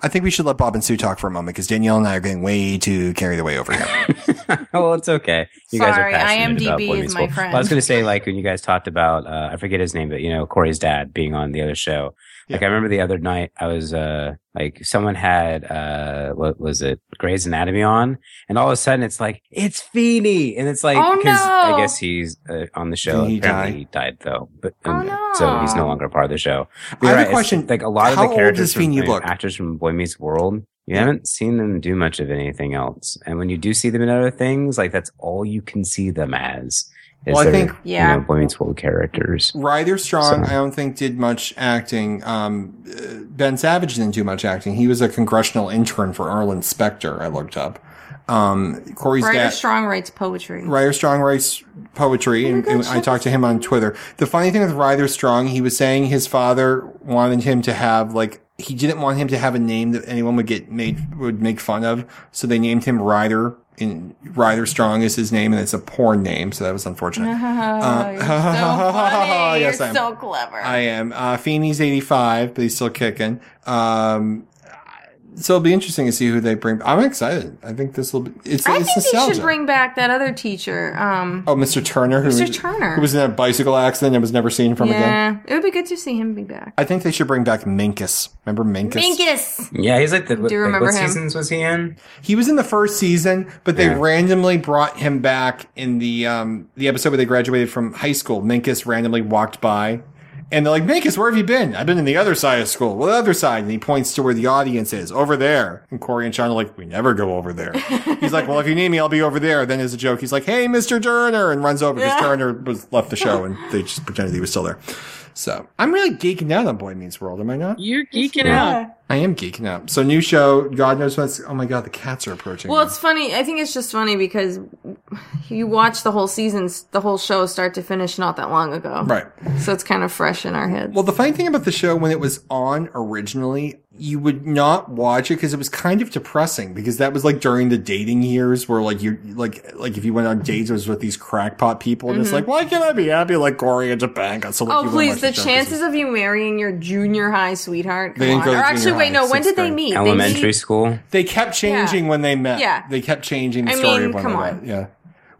A: I think we should let Bob and Sue talk for a moment because Danielle and I are getting way too carried away over here.
B: well, it's okay. You guys are
D: Sorry,
B: passionate about
D: IMDb
B: boy
D: is
B: meets
D: my
B: world.
D: friend.
B: Well, I was going to say, like when you guys talked about, uh, I forget his name, but you know, Corey's dad being on the other show. Like I remember the other night, I was uh, like, someone had uh, what was it, Grey's Anatomy on, and all of a sudden it's like it's Feeney, and it's like
D: Oh,
B: I
D: no.
B: guess he's uh, on the show.
A: Did he
B: Apparently
A: die?
B: he died though, but
D: Oh,
B: and
D: no.
B: so he's no longer a part of the show.
A: I
B: You're
A: have a
B: it's
A: question.
B: Like a lot of
A: How
B: the
A: old
B: characters
A: does Feeney
B: from,
A: look?
B: actors from Boy Meets World, you haven't seen them do much of anything else. And when you do see them in other things, like that's all you can see them as. Is
A: Well, I
B: their,
A: think-
B: you
D: Yeah.
B: know, Boy Meets World characters.
A: Ryder Strong,
B: So-
A: I don't think did much acting. Um, uh, ben Savage didn't do much acting. He was a congressional intern for Arlen Specter. I looked up. Um, Corey's
D: Writer
A: dad.
D: Strong writes poetry.
A: Ryder Strong writes
D: Oh
A: poetry, and, and I talked to him on Twitter. The funny thing with Ryder Strong, he was saying his father wanted him to have like he didn't want him to have a name that anyone would get made would make fun of, so they named him Ryder. And Ryder Strong is his name, and it's a porn name, so that was unfortunate.
D: Oh, you're so funny.
A: Uh, yes,
D: you're
A: I'm-
D: so clever.
A: I am. Uh, Feeney's 85, but he's still kicking. Um, so it'll be interesting to see who they bring. I'm excited. I think this will be. It's,
D: I
A: it's
D: think they
A: nostalgia.
D: should bring back that other teacher. Um,
A: Oh, Mr. Turner, who,
D: Mr. Turner.
A: who was in a bicycle accident and was never seen from again.
D: yeah, it would be good to see him be back.
A: I think they should bring back Minkus. Remember Minkus?
D: Minkus.
B: Yeah, he's like the. like,
D: remember
B: what
D: him.
B: seasons was he in?
A: He was in the first season, but they randomly brought him back in the um the episode where they graduated from high school. Minkus randomly walked by, and they're like, "Minkus, where have you been? I've been in the other side of school. Well, the other side." And he points to where the audience is, over there. And Corey and Sean are like, "We never go over there." He's like, "Well, if you need me, I'll be over there." Then as a joke, he's like, "Hey, Mister Turner," and runs over because Turner was left the show, and they just pretended he was still there. So I'm really geeking out on Boy Meets World, am I not?
C: You're geeking out.
A: I am geeking up. So new show, God knows what's. Oh my God, the cats are approaching.
D: Well, it's funny. I think it's just funny because you watched the whole seasons, the whole show start to finish not that long ago.
A: right.
D: So it's kind of fresh in our heads.
A: Well, the funny thing about the show when it was on originally, you would not watch it because it was kind of depressing because that was like during the dating years where like you like like if you went on dates it was with these crackpot people and it's like why can't I be happy like Gloria and Japan got so like,
D: Mm-hmm. Oh
A: you wouldn't watch
D: please! The
A: show 'cause
D: chances of you marrying your junior high sweetheart.
A: They didn't
D: Come on.
A: go to
D: Or actually,
A: junior
D: wait,
A: high,
D: no. When
A: sixth
D: did they
A: grade.
D: meet? They
B: Elementary
D: meet-
B: school.
A: they kept changing when they met.
D: Yeah.
A: they kept changing the
D: I
A: story
D: mean,
A: when
D: come
A: they
D: on.
A: met. Yeah.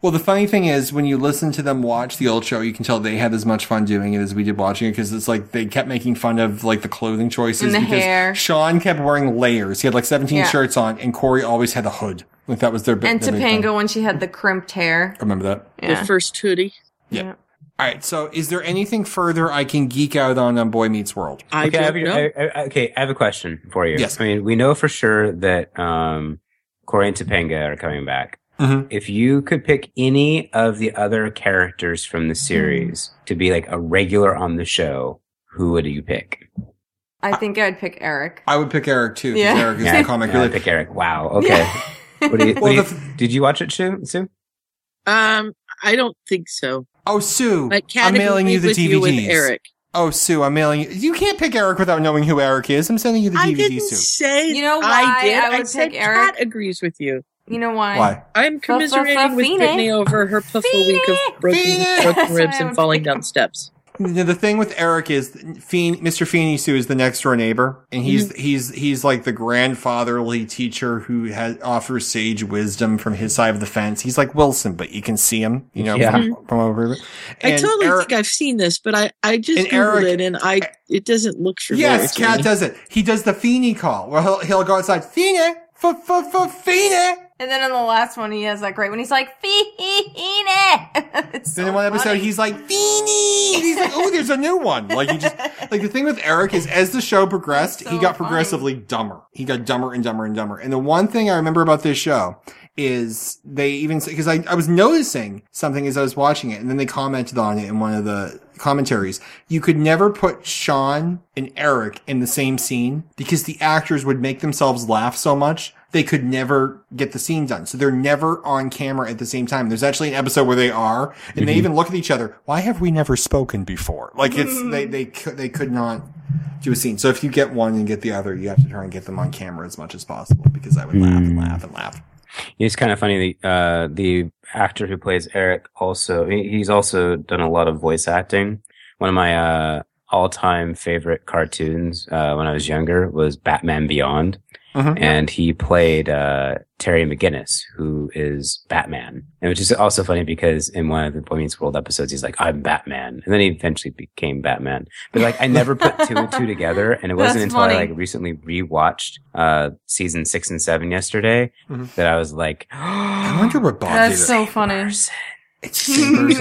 A: Well, the funny thing is, when you listen to them watch the old show, you can tell they had as much fun doing it as we did watching it because it's like they kept making fun of like the clothing choices
D: And the
A: because
D: hair.
A: Sean kept wearing layers. He had like 17
D: Yeah.
A: shirts on, and Corey always had a hood. Like that was their bit.
D: and
A: their big thing.
D: Topanga when she had the crimped hair.
A: Remember that.
D: Yeah.
C: The first hoodie.
A: All right. So, is there anything further I can geek out on on Boy Meets World?
C: I
B: okay, I have,
C: don't know.
B: I- I- okay, I have a question for you.
A: Yes.
B: I mean, we know for sure that um, Corey and Topanga are coming back.
C: Mm-hmm.
A: Mhm.
B: If you could pick any of the other characters from the series
C: Mm-hmm.
B: to be like a regular on the show, who would you pick?
D: I think I'd pick Eric.
A: I would pick Eric too. 'cause
D: Yeah.
A: Eric is the comic
B: yeah, I'd
A: relief.
B: pick Eric. Wow. Okay. What do you, what
A: Well,
B: do you-
A: the f-
B: did you watch it, Sue? Sue?
C: Um, I don't think so.
A: Oh, Sue,
C: But
A: I'm mailing you the
C: with
A: DVDs.
C: you with Eric.
A: Oh, Sue, I'm mailing you. You can't pick Eric without knowing who Eric is. I'm sending you the
C: I
A: DVD,
C: didn't
A: Sue.
C: say.
D: You know why
C: I did.
D: I
C: I,
D: would
C: said
D: pick Eric?
C: Kat agrees with you.
D: You know why?
A: Why?
C: I'm commiserating with
D: Feeney.
C: Brittany over her puffle week of broken,
A: Feeney.
D: That's
C: broken
D: what
C: ribs
D: I
C: and
D: would
C: falling
D: pick.
C: down steps.
A: No, the thing with Eric is Feen, Mr. Feeney Sue is the next door neighbor, and he's
C: Mm-hmm.
A: he's he's like the grandfatherly teacher who has, offers sage wisdom from his side of the fence. He's like Wilson, but you can see him, you know,
B: Yeah.
A: from, from over. there.
C: Mm-hmm. I
A: And
C: totally
A: Eric-
C: think I've seen this, but I, I just
A: And
C: googled
A: Eric-
C: it and I it doesn't look familiar.
A: Yes,
C: to
A: Cat
C: me.
A: does it. He does the Feeney call. Well, he'll, he'll go outside. Feeney, for for for Feeney.
D: And then in the last one, he has that great when he's like, "Feeney." It's
A: Then
D: so
A: in one episode,
D: funny.
A: he's like, Feeny! And he's like, oh, there's a new one. Like, he just, Oh, like, the thing with Eric is as the show progressed,
D: It's
A: he
D: so
A: got
D: funny.
A: progressively dumber. He got dumber and dumber and dumber. And the one thing I remember about this show is they even, because I, I was noticing something as I was watching it, and then they commented on it in one of the commentaries. You could never put Sean and Eric in the same scene because the actors would make themselves laugh so much. They could never get the scene done. So they're never on camera at the same time. There's actually an episode where they are and they even look at each other. Why have we never spoken before? Like it's, they, they could, they could not do a scene. So if you get one and get the other, you have to try and get them on camera as much as possible because I would laugh and laugh and laugh.
B: It's kind of funny. The uh, the actor who plays Eric also he- he's also done a lot of voice acting. One of my uh, all time favorite cartoons uh, when I was younger was Batman Beyond,
D: Mm-hmm.
A: Mhm.
B: and he played uh, Terry McGinnis, who is Batman, and which is also funny because in one of the Boy Meets World episodes, he's like, "I'm Batman," and then he eventually became Batman. But like, I never put two and two together, and it wasn't
D: That's
B: until I
D: funny.
B: like recently rewatched uh, season six and seven yesterday
A: Mhm.
B: that I was like.
A: I wonder what Bob
D: That's
A: did.
D: so funny.
B: Person.
A: it's
B: so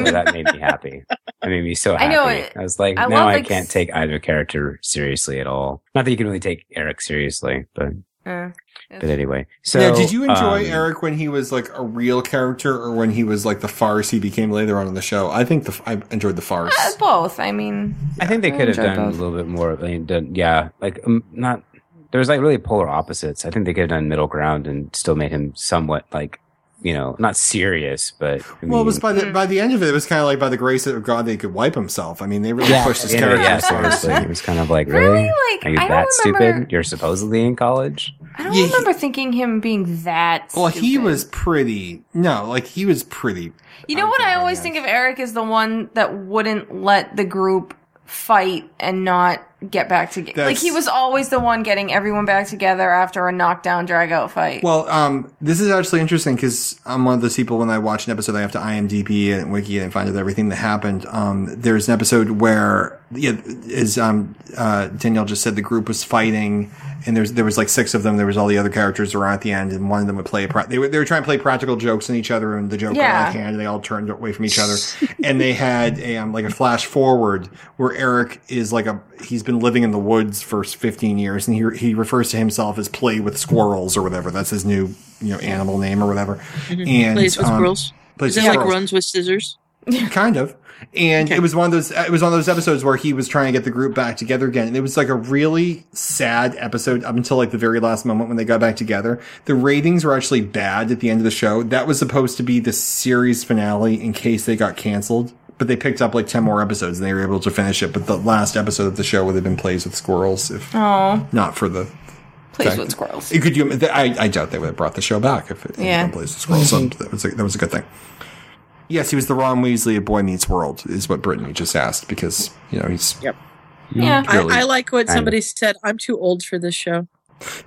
B: that made me happy. That made me so
D: I
B: happy. I,
D: know it.
B: was like,
D: I
B: now
D: love
B: I
D: the-
B: can't take either character seriously at all. Not that you can really take Eric seriously, but
D: Yeah.
B: but anyway. So
A: now, did you enjoy
B: um,
A: Eric when he was like a real character, or when he was like the farce he became later on in the show? I think the f- I enjoyed the farce.
D: Uh, both. I mean,
B: I think they
D: I
B: could have
D: enjoyed
B: done
D: both.
B: a little bit more. I mean, done, yeah, like um, not. There was like really polar opposites. I think they could have done middle ground and still made him somewhat like you know not serious, but I
A: well, it was
B: mean-
A: by the
D: Mm.
A: by the end of it, it was kind of like by the grace of God, they could wipe himself. I mean, they really pushed his
B: yeah,
A: character.
B: yeah,
A: as far as-
B: seriously. It was kind of like
D: really,
B: really.
D: like
B: Are you
D: I
B: that
D: don't remember.
B: stupid? You're supposedly in college.
D: I don't
A: Yeah, he-
D: remember thinking him being that.
A: Well, he
D: stupid.
A: was pretty. No, like he was pretty.
D: You know what
A: Okay,
D: I always
A: yeah.
D: think of Eric is the one that wouldn't let the group fight and not get back together. Like
A: That's-
D: he was always the one getting everyone back together after a knockdown drag out fight.
A: Well, um, this is actually interesting because I'm one of those people when I watch an episode, I have to IMDb and wiki and find out everything that happened. Um, there's an episode where, yeah, as um, uh, Danielle just said, the group was fighting, and there's there was like six of them. There was all the other characters around at the end, and one of them would play. A pra- they were they were trying to play practical jokes on each other, and the joke got out
D: Yeah.
A: of hand, and they all turned away from each other. and they had a, um, like a flash forward where Eric is like a he's been living in the woods for 15 years, and he he refers to himself as play with squirrels or whatever. That's his new you know animal name or whatever. And
C: Plays Mm-hmm. with
A: um,
C: squirrels.
A: plays
C: Is
A: with
C: that like
A: squirrels.
C: runs with scissors?
A: kind of. And
F: Okay.
A: it was one of those. It was one of those episodes where he was trying to get the group back together again, and it was like a really sad episode up until like the very last moment when they got back together. The ratings were actually bad at the end of the show. That was supposed to be the series finale in case they got canceled, but they picked up like ten more episodes and they were able to finish it. But the last episode of the show would have been plays with squirrels, if
D: Oh,
A: not for the
D: please
A: Exactly.
D: with squirrels.
A: it could you? I, I doubt they would have brought the show back if it
D: Yeah.
A: yeah. Blaze the Squirrel. So that was a, that was a good thing. Yes, he was the Ron Weasley of Boy Meets World, is what Brittany just asked because you know he's
D: Yeah.
C: I,
A: Really?
C: I like what
B: Kind of.
C: somebody said. I'm too old for this show.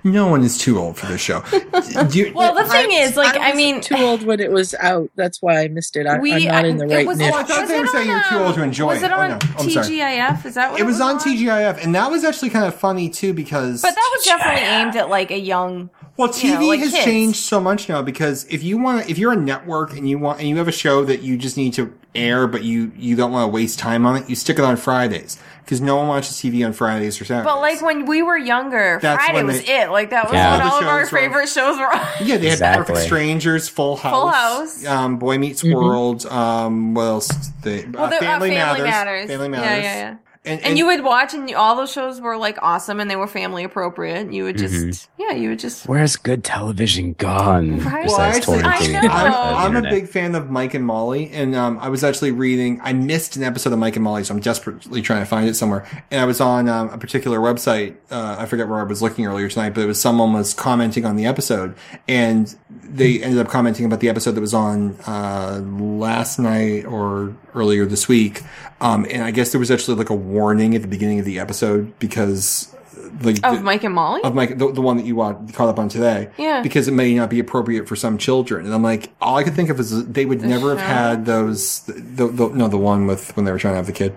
A: no one is too old for this show. Do you-
D: Well, the thing is, like, I,
C: was
D: mean,
C: too old when it was out. That's why I missed it. I,
D: we
C: I'm not in the
D: it
C: right
D: was,
A: niche.
C: niche.
A: Oh, I thought
D: was
A: they were
D: it
A: saying you're too
D: on,
A: old to enjoy
D: Was
A: it.
D: it
A: Oh,
D: on
A: no. I'm sorry.
D: TGIF? Is that what
A: it was on TGIF, and that was actually kind of funny too because
D: But that was definitely aimed at like a young.
A: Well,
D: you
A: TV
D: know, like
A: has
D: kids.
A: changed so much now because if you want, if you're a network and you want, and you have a show that you just need to air, but you you don't want to waste time on it, you stick it on Fridays because no one watches TV on Fridays or Saturdays.
D: But like when we were younger,
A: That's
D: Friday
A: when
D: was
A: they-
D: it. Like that was
B: Yeah.
D: what
A: The
D: all of our
A: shows were-
D: favorite shows were on.
A: yeah, they had
B: Exactly.
A: Perfect Strangers, Full House,
D: Full House.
A: um, Boy Meets World, um, what else? They, uh,
D: Well, they're- uh,
A: Family, Matters, Family
D: Family Matters.
A: Matters.
D: Yeah, yeah, yeah.
A: And,
D: And you would watch, and you- all those shows were like awesome, and they were family appropriate. You would just, yeah, you would just.
B: Where's good television gone?
D: Right.
A: Well,
B: Besides
A: actually,
B: torrenting
D: I
B: it
D: know.
B: off of
D: Oh.
A: I'm,
B: the
A: I'm a
B: internet?
A: big fan of Mike and Molly, and um, I was actually reading. I missed an episode of Mike and Molly, so I'm desperately trying to find it somewhere. And I was on um, a particular website. Uh, I forget where I was looking earlier tonight, but it was someone was commenting on the episode, and they ended up commenting about the episode that was on uh, last night or earlier this week. Um, and I guess there was actually like a warning at the beginning of the episode because uh, like
D: Of
A: the-
D: Mike and Molly?
A: of Mike, the, the one that you uh, caught up on today
D: yeah.
A: because it may not be appropriate for some children. And I'm like, all I could think of is they would
D: The
A: never
D: show?
A: have had those. The, the, no, the one with when they were trying to have the kid.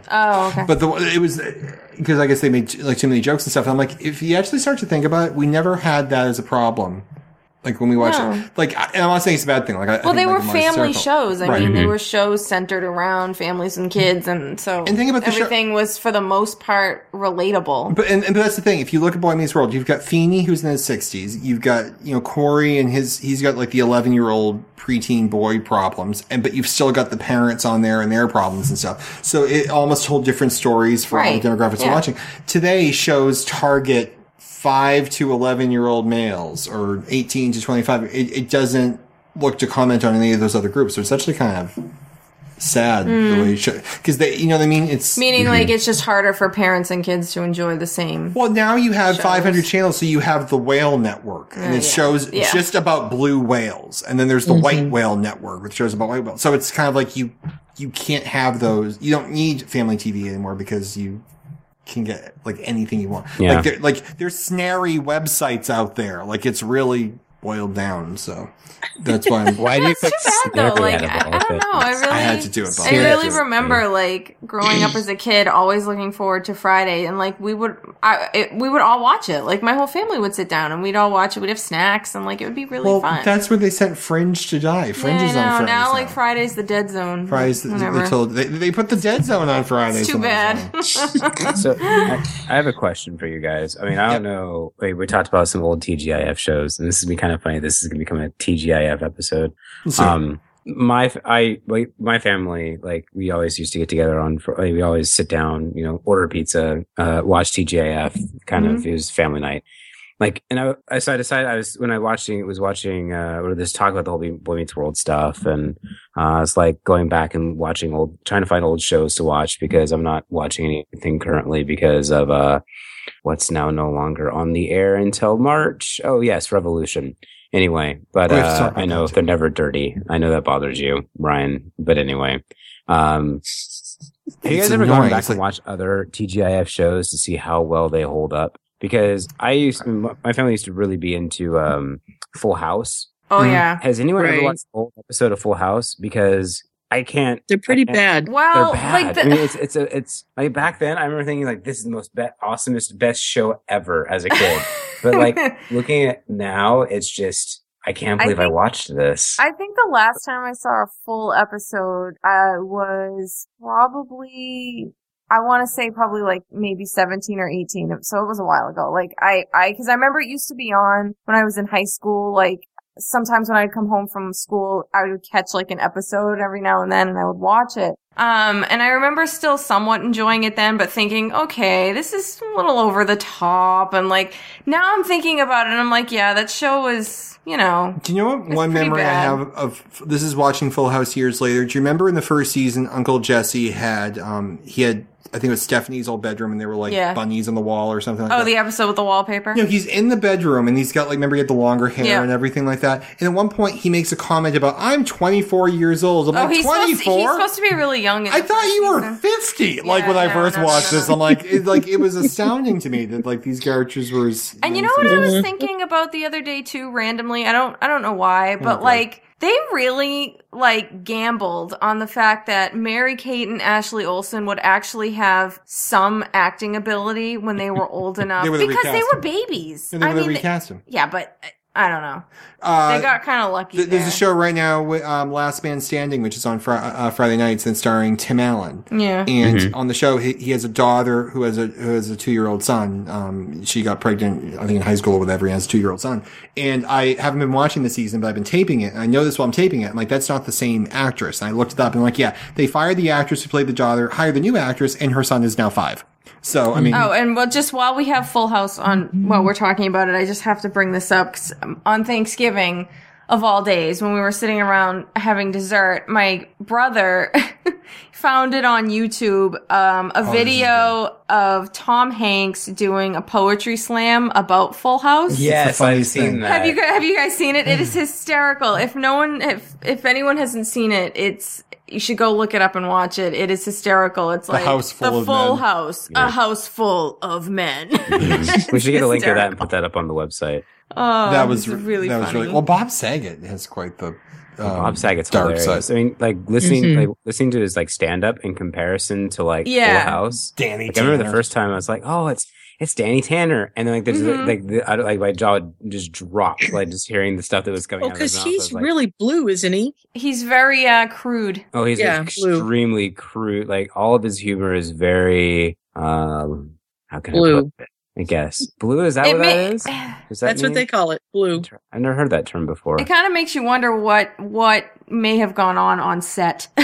D: Oh, okay.
A: But the one- it was because I guess they made like too many jokes and stuff. And I'm like, if you actually start to think about it, we never had that as a problem. Like when we watched,
D: No.
A: like, I- and I'm not saying it's a bad thing. Like, I, I
D: Oh. well,
A: think
D: they
A: Mike
D: were
A: and Molly's
D: family
A: hysterical.
D: shows. I
A: Right.
D: mean, they
B: Mhm.
D: were shows centered around families and kids, and so
A: And think about the show-
D: everything was for the most part relatable.
A: But and, and but that's the thing. If you look at Boy Meets World, you've got Feeney who's in his sixties. You've got you know Corey and his he's got like the eleven year old preteen boy problems, and but you've still got the parents on there and their problems and stuff. So it almost told different stories for all
D: Right.
A: the demographics
D: Yeah.
A: we're watching. Today shows target five to eleven year old males or eighteen to twenty five. It, it doesn't look to comment on any of those other groups. So it's actually kind of sad
D: Mm.
A: the way it should because they you know what I mean. It's
D: Meaning, like, it's just harder for parents and kids to enjoy the same.
A: well, now you have
D: Shows.
A: 500 channels, so you have the whale network, and it
D: Oh, yeah.
A: shows
D: Yeah.
A: just about blue whales, and then there's the white whale network, which shows about white whales. So it's kind of like you you can't have those. You don't need family TV anymore because you can get like anything you want.
B: Yeah.
A: Like, there, like there's snary websites out there. Like it's really boiled down. So that's why I'm.
B: Why do you pick
D: Too bad,
B: Snapple
D: though. Like,
B: out of
D: I,
B: all
D: I don't
B: things?
D: know. I really,
A: I had to do it, Bob.
D: I really
B: Seriously.
D: remember, like, growing up as a kid, always looking forward to Friday, and like, we would, I, it, we would all watch it. Like, my whole family would sit down and we'd all watch it. We'd have snacks, and like, it would be really
A: Well,
D: fun.
A: that's where they sent Fringe to die.
D: yeah,
A: Fringe
D: I
A: is on
D: know.
A: Fridays
D: Now, like, Friday's the dead zone.
A: Fridays. They,
D: Whatever.
A: they told they, they put the dead zone on Fridays.
D: It's too
A: when I was young.
D: bad.
B: So I, I have a question for you guys. I mean, I don't know. Wait, we talked about some old TGIF shows, and this is gonna be kind of funny. This is gonna become a TGIF episode.
A: So-
B: Um, my f- I like my family like we always used to get together on. fr- Like, we always sit down, you know, order pizza, uh, watch TGIF. Kind of it was family night. Like, and I, I so I decided I was when I watching was watching uh, or this talk about the whole Be- Boy Meets World stuff, and uh, it's like going back and watching old, trying to find old shows to watch because I'm not watching anything currently because of uh, what's now no longer on the air until March. Oh yes, Revolution. Anyway, but
A: We have to talk
B: uh,
A: about
B: I know
A: that
B: if
A: too.
B: they're never dirty, I know that bothers you, Ryan. But anyway, um, have you
A: It's
B: guys ever
A: annoying.
B: gone back
A: It's
B: and watched other TGIF shows to see how well they hold up? Because I used, my family used to really be into um, Full House.
D: oh,
A: Mhm.
D: yeah.
B: Has anyone ever
F: Right.
B: watched the whole episode of Full House? Because I can't
C: They're pretty
B: Yeah.
C: bad.
B: they're
D: Well,
B: bad.
D: Oh, like, the,
B: I mean, it's it's a, it's like back then. I remember thinking like this is the most be- awesomest best show ever as a kid. but like looking at now, it's just I can't
D: I
B: believe I,
D: think-
B: watched this.
D: I think the last time I saw a full episode uh, was probably I want to say probably like maybe 17 or 18. So it was a while ago. Like I I cuz I remember it used to be on when I was in high school like sometimes when I'd come home from school, I would catch like an episode every now and then and I would watch it. Um, and I remember still somewhat enjoying it then, but thinking, okay, this is a little over the top. And like, now I'm thinking about it and I'm like, yeah, that show was, you know,
A: Do you know what one
D: pretty
A: memory I
D: bad.
A: have of this is watching Full House years later? Do you remember in the first season Uncle Jesse had um he had I think it was Stephanie's old bedroom and there were like
D: Yeah.
A: bunnies on the wall or something like
D: oh,
A: that.
D: the episode with the wallpaper.
A: you know, he's in the bedroom and he's got like remember he had the longer hair
D: Yeah.
A: and everything like that. And at one point he makes a comment about I'm 24 years old. I'm
D: Oh,
A: like
D: he's supposed, to,
A: 24.
D: he's supposed to be really young. in
A: I
D: the
A: thought
D: first
A: you were
D: season.
A: 50. like
D: Yeah,
A: when I
D: no,
A: first
D: no,
A: watched
D: no,
A: this,
D: no.
A: I'm like it like it was astounding to me that like these characters were as-
D: And you know what I was
F: Mhm.
D: thinking about the other day too, randomly. I don't, I don't know why, but
A: Okay.
D: like they really like gambled on the fact that Mary Kate and Ashley Olsen would actually have some acting ability when they were old enough
A: They were the
D: because they
A: recast
D: were babies.
A: and then
D: I
A: when they
D: mean, they-
A: recast him.
D: yeah, but uh, I don't know.
A: Uh,
D: They got kind of lucky.
A: Th- there's
D: there.
A: a show right now with um, Last Man Standing, which is on fri- uh, Friday nights and starring Tim Allen.
D: Yeah.
A: And
B: Mm-hmm.
A: on the show, he, he has a daughter who has a who has a two year old son. Um, she got pregnant, I think, in high school or whatever. He has a two year old son. And I haven't been watching the season, but I've been taping it. And I know this while I'm taping it. I'm like, that's not the same actress. And I looked it up and I'm like, yeah, they fired the actress who played the daughter, hired the new actress, and her son is now five. So I mean,
D: Oh, and well, just while we have Full House on, while we're talking about it, I just have to bring this up 'cause, um, on Thanksgiving of all days, when we were sitting around having dessert, my brother found it on YouTube um, a
A: Oh, is
D: video of Tom Hanks doing a poetry slam about Full House.
A: Yes, I've seen
B: that.
D: Have you guys, have you guys seen it? It is hysterical. If no one if if anyone hasn't seen it, it's you should go look it up and watch it. It is hysterical. It's like
A: house full
D: the
A: of
D: full
A: men.
D: house,
B: Yeah.
D: a house full of men.
A: Mm-hmm.
B: we should get a link to that and
D: Hysterical.
B: put that up on the website.
D: Oh,
A: that was
D: it's really
A: that was
D: funny.
A: really well. Bob Saget has quite the um,
B: Bob Saget's
A: dark
B: hilarious.
A: side.
B: I mean, like listening,
D: Mm-hmm.
F: Mhm.
B: like listening to his like stand up in comparison to like
D: Yeah.
B: Full House.
A: Danny.
B: Like, I remember the
A: Tanner.
B: first time I was like, oh, it's it's Danny Tanner, and then like there's
D: Mhm.
B: like the, I, don't- like my jaw just dropped, like just hearing the stuff that was coming
C: Oh,
B: out of his
C: because
B: mouth. I
C: he's
B: was like,
C: really blue, isn't he?
D: He's very uh, crude.
B: Oh, he's
C: Yeah, blue.
B: extremely crude. Like all of his humor is very um how can I
C: Blue.
B: put it? I guess. Blue is that
D: It eh,
B: what
D: ma-
B: that is? Does that
C: That's what they
B: mean-
C: call it, blue.
B: I've never heard that term before.
D: It kind of makes you wonder what what may have gone on on set.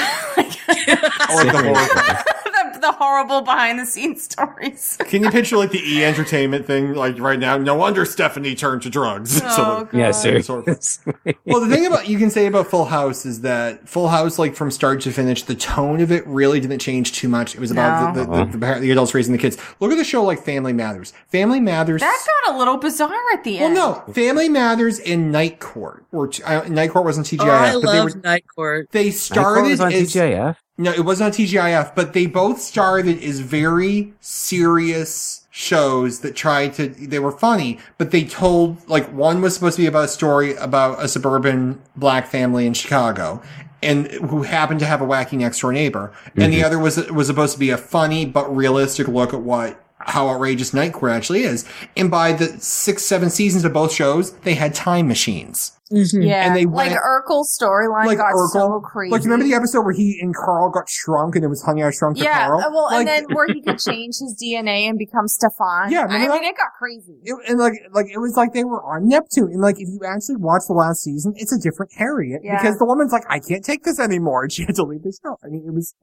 A: Oh,
C: Oh,
A: Or the whole-
D: the, the horrible behind the scenes stories.
A: Can you picture like the E Entertainment thing like right now? No wonder Stephanie turned to drugs.
D: Oh,
A: So-
D: God.
B: yeah,
A: Sort
B: seriously.
A: well, the thing about you can say about Full House is that Full House, like from start to finish, the tone of it really didn't change too much. It was about
D: No.
A: the, the, the, the, par- the adults raising the kids. Look at the show like Family Matters. Family Matters.
D: That got a little bizarre at the
A: well,
D: end.
A: no, Family Matters and Night Court, or uh, Night Court wasn't TGIF,
C: Oh, I
A: but they
C: love
A: were.
C: Night Court.
A: They
B: Started
A: started
B: was on
A: as,
B: TGIF.
A: no, it wasn't on TGIF, but they both started as very serious shows that tried to, they were funny, but they told, like, one was supposed to be about a story about a suburban black family in Chicago and who happened to have a wacky next door neighbor. And the other was, was supposed to be a funny but realistic look at what, how outrageous Nightcore actually is. And by the six, seven seasons of both shows, they had time machines.
C: Mm-hmm.
D: Yeah,
A: Hmm. And they
D: like
A: went-
D: Urkel's storyline
A: Like
D: got so
A: Urkel.
D: crazy.
A: Like, remember the episode where he and Carl got shrunk and it was Honey I Shrunk the
D: yeah,
A: Carl?
D: uh, well,
A: Like,
D: and then where he could change his DNA and become Stefan.
A: Yeah,
D: I
A: remember
D: mean,
A: that?
D: it got crazy.
A: It, and like, like it was like they were on Neptune. And like, if you actually watch the last season, it's a different Harriet
D: Yeah.
A: because the woman's like, I can't take this anymore, and she had to leave the show. I mean, it was.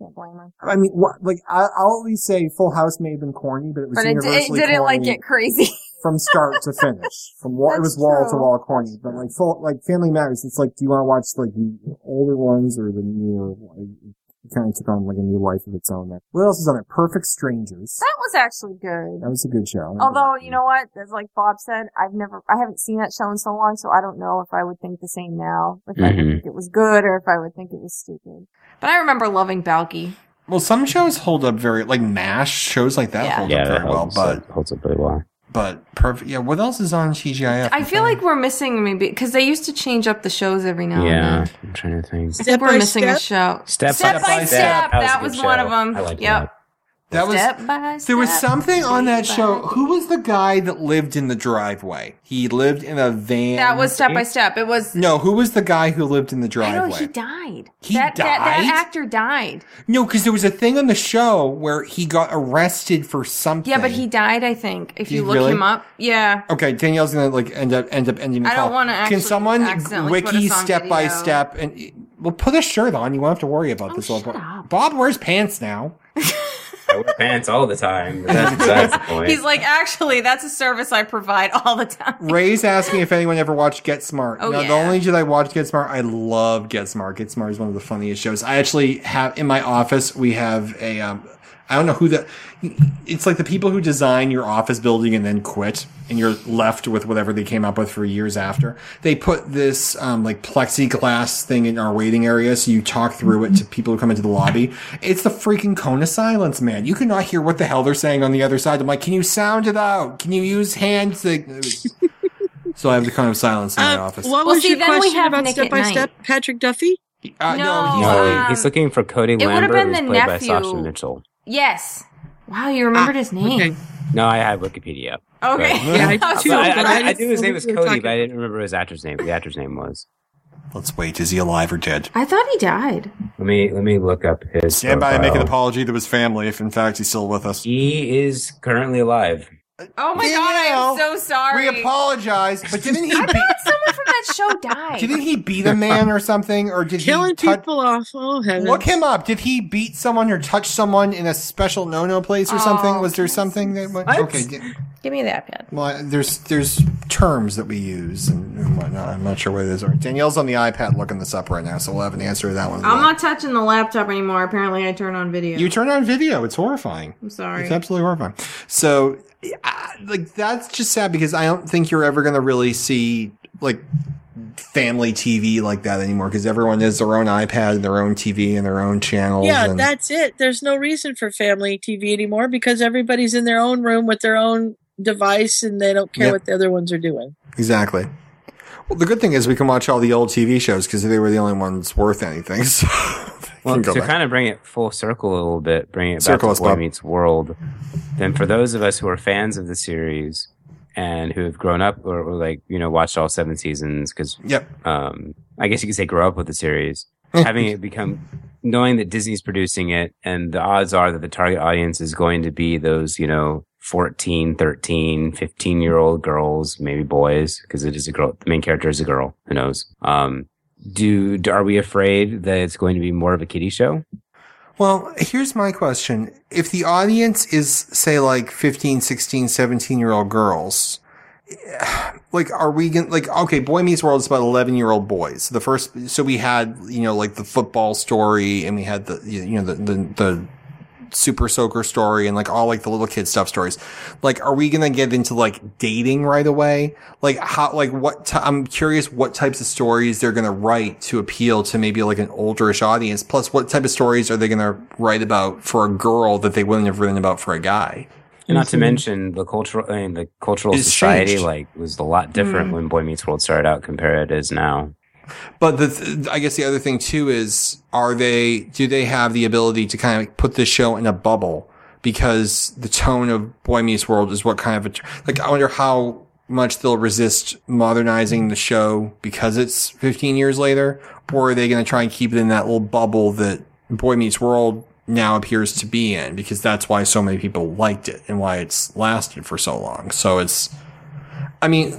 A: I mean, what? Like, I, I'll at least say Full House may have been corny, but it was
D: But it, it
A: universally
D: didn't like
A: corny
D: get crazy.
A: from start to finish. From wall, it was
D: That's
A: wall to
D: true.
A: wall corny. But like, full like Family Matters, it's like, do you want to watch like the older ones or the newer? one? It kind of took on like a new life of its own. There. What else is on it? Perfect Strangers.
D: that was actually good.
A: That was a good show.
D: Although, you know what? As like Bob said, I've never, I haven't seen that show in so long, so I don't know if I would think the same now. If I would
B: Mhm.
D: think it was good or if I would think it was stupid. But I remember loving Balky.
A: Well, some shows hold up very, like MASH shows like that
D: Yeah.
A: hold
B: Yeah,
A: up
B: that
A: very well,
B: holds,
A: but
B: up- holds up pretty well.
A: but perfect. Yeah, what else is on TGIF?
D: I feel like we're missing maybe, because they used to change up the shows every now and
B: yeah,
D: then.
B: I'm trying to think.
D: I think
C: Step
D: we're
C: by
D: missing a show.
B: Step,
D: Step by Step, that
B: a
D: was
B: good
D: one
B: show.
D: of 'em.
B: I liked
D: Yep.
B: that.
K: That was
D: Step by
K: There was
D: step,
K: something on that
D: day by
K: show. Who was the guy that lived in the driveway? He lived in a van.
D: That was step by step. It was.
K: No, who was the guy who lived in the
D: I know
K: driveway?
D: he died.
K: He
D: that, That,
K: died?
D: that actor died.
K: no, because there was a thing on the show where he got arrested for something.
D: Yeah, but he died. I think if
K: Did
D: you
K: he
D: look
K: really?
D: him up. Yeah.
K: Okay, Danielle's gonna like end up end up ending the
D: I don't
K: call.
D: wanna
K: Can
D: actually
K: someone
D: accidentally put
K: wiki
D: us on
K: step by
D: video.
K: step and well put a shirt on? You won't have to worry about
D: Oh,
K: this.
D: shut
K: little bit.
D: up.
K: Bob wears pants now.
B: I wear pants all the time. But that's besides the point.
D: He's like, actually, that's a service I provide all the time.
K: Ray's asking if anyone ever watched Get Smart.
D: Oh,
K: no,
D: yeah.
K: the only did I watch Get Smart. I love Get Smart. Get Smart is one of the funniest shows. I actually have in my office we have a um I don't know who the it's like the people who design your office building and then quit and you're left with whatever they came up with for years after. They put this um like plexiglass thing in our waiting area so you talk through it to people who come into the lobby. It's the freaking cone of silence, man. You cannot hear what the hell they're saying on the other side. I'm like, can you sound it out? Can you use hand signals? So I have the kind of silence in my
C: Um,
K: office.
C: What
D: Well,
C: was
D: see,
C: your
D: then we
C: question
D: have
C: about
D: Nick
C: step
D: at
C: by
D: Night.
C: step? Patrick Duffy.
K: Uh, no, he's,
D: No.
B: no,
D: um,
B: he's looking for Cody
D: would've
B: Lambert,
D: been
B: who's
D: the
B: played by
D: nephew.
B: Sasha Mitchell.
D: Yes. Wow, you remembered his name.
C: okay.
B: No, I have Wikipedia up.
D: Okay.
K: Right. Ah, Yeah,
D: I
K: I
B: But I, I- I
C: do Oh, but I
D: was so glad.
B: knew his
C: just-
B: name was
C: we were
B: Cody,
C: talking-
B: but I didn't remember his actor's name. The actor's name was.
K: let's wait. Is he alive or dead?
D: I thought he died.
B: Let me let me look up his.
K: Stand by and make an
B: profile.
K: apology to his family if, in fact, he's still with us.
B: He is currently alive.
D: Oh my
K: Yeah,
D: god, I am
K: you know,
D: so sorry.
K: We apologize, but didn't he?
D: I
K: Be-
D: thought someone from that show died.
K: didn't he beat a man or something, or did he
C: Killing
K: touch?
C: people off. Oh heaven!
K: Look him up. Did he beat someone or touch someone in a special no-no place or something?
D: Oh,
K: Was there
D: yes.
K: something that? Went-
B: What?
K: okay. di-
D: Give me that pen.
K: Well, I- there's there's terms that we use and, and whatnot. I'm not sure what it is. Danielle's on the iPad looking this up right now, so we'll have an answer to that one.
D: I'm not touching the laptop anymore. Apparently, I turn on video.
K: You turn on video. It's horrifying.
D: I'm sorry.
K: It's absolutely horrifying. So, I- like, that's just sad because I don't think you're ever going to really see like family TV like that anymore because everyone has their own iPad and their own TV and their own channels.
C: yeah,
K: and
C: that's it. There's no reason for family TV anymore because everybody's in their own room with their own device and they don't care
K: Yep.
C: what the other ones are doing.
K: exactly. Well, the good thing is we can watch all the old TV shows because they were the only ones worth anything. So, they
B: Well,
K: can go
B: to
K: back.
B: kind of bring it full circle a little bit, bring it
K: Circle
B: back
K: us,
B: to Boy
K: Bob.
B: Meets World, then for those of us who are fans of the series and who have grown up or, or like, you know, watched all seven seasons, because
K: yep.
B: um, I guess you could say grow up with the series,
K: Oh.
B: having it become, knowing that Disney's producing it and the odds are that the target audience is going to be those, you know, 14, 13, 15 year old girls, maybe boys, because it is a girl. The main character is a girl. Who knows? Um, do, do are we afraid that it's going to be more of a kiddie show?
K: Well, here's my question. If the audience is, say, like 15, 16, 17 year old girls, like, are we going to, like, okay, Boy Meets World is about 11 year old boys. The first, so we had, you know, like the football story and we had the, you know, the, the, the, Super Soaker story and like all like the little kid stuff stories. Like, are we gonna get into like dating right away? Like, how, like, what, i I'm curious what types of stories they're gonna write to appeal to maybe like an olderish audience. Plus, what type of stories are they gonna write about for a girl that they wouldn't have written about for a guy?
B: And not to mention the cultural, I mean, the cultural
K: Mm-hmm. It's
B: society
K: changed. Mm.
B: like was a lot different when Boy Meets World started out compared to it is now.
K: But the, th- I guess the other thing too is, are they, do they have the ability to kind of put this show in a bubble? Because the tone of Boy Meets World is what kind of a, like, I wonder how much they'll resist modernizing the show because it's 15 years later, or are they going to try and keep it in that little bubble that Boy Meets World now appears to be in? Because that's why so many people liked it and why it's lasted for so long. So it's, I mean,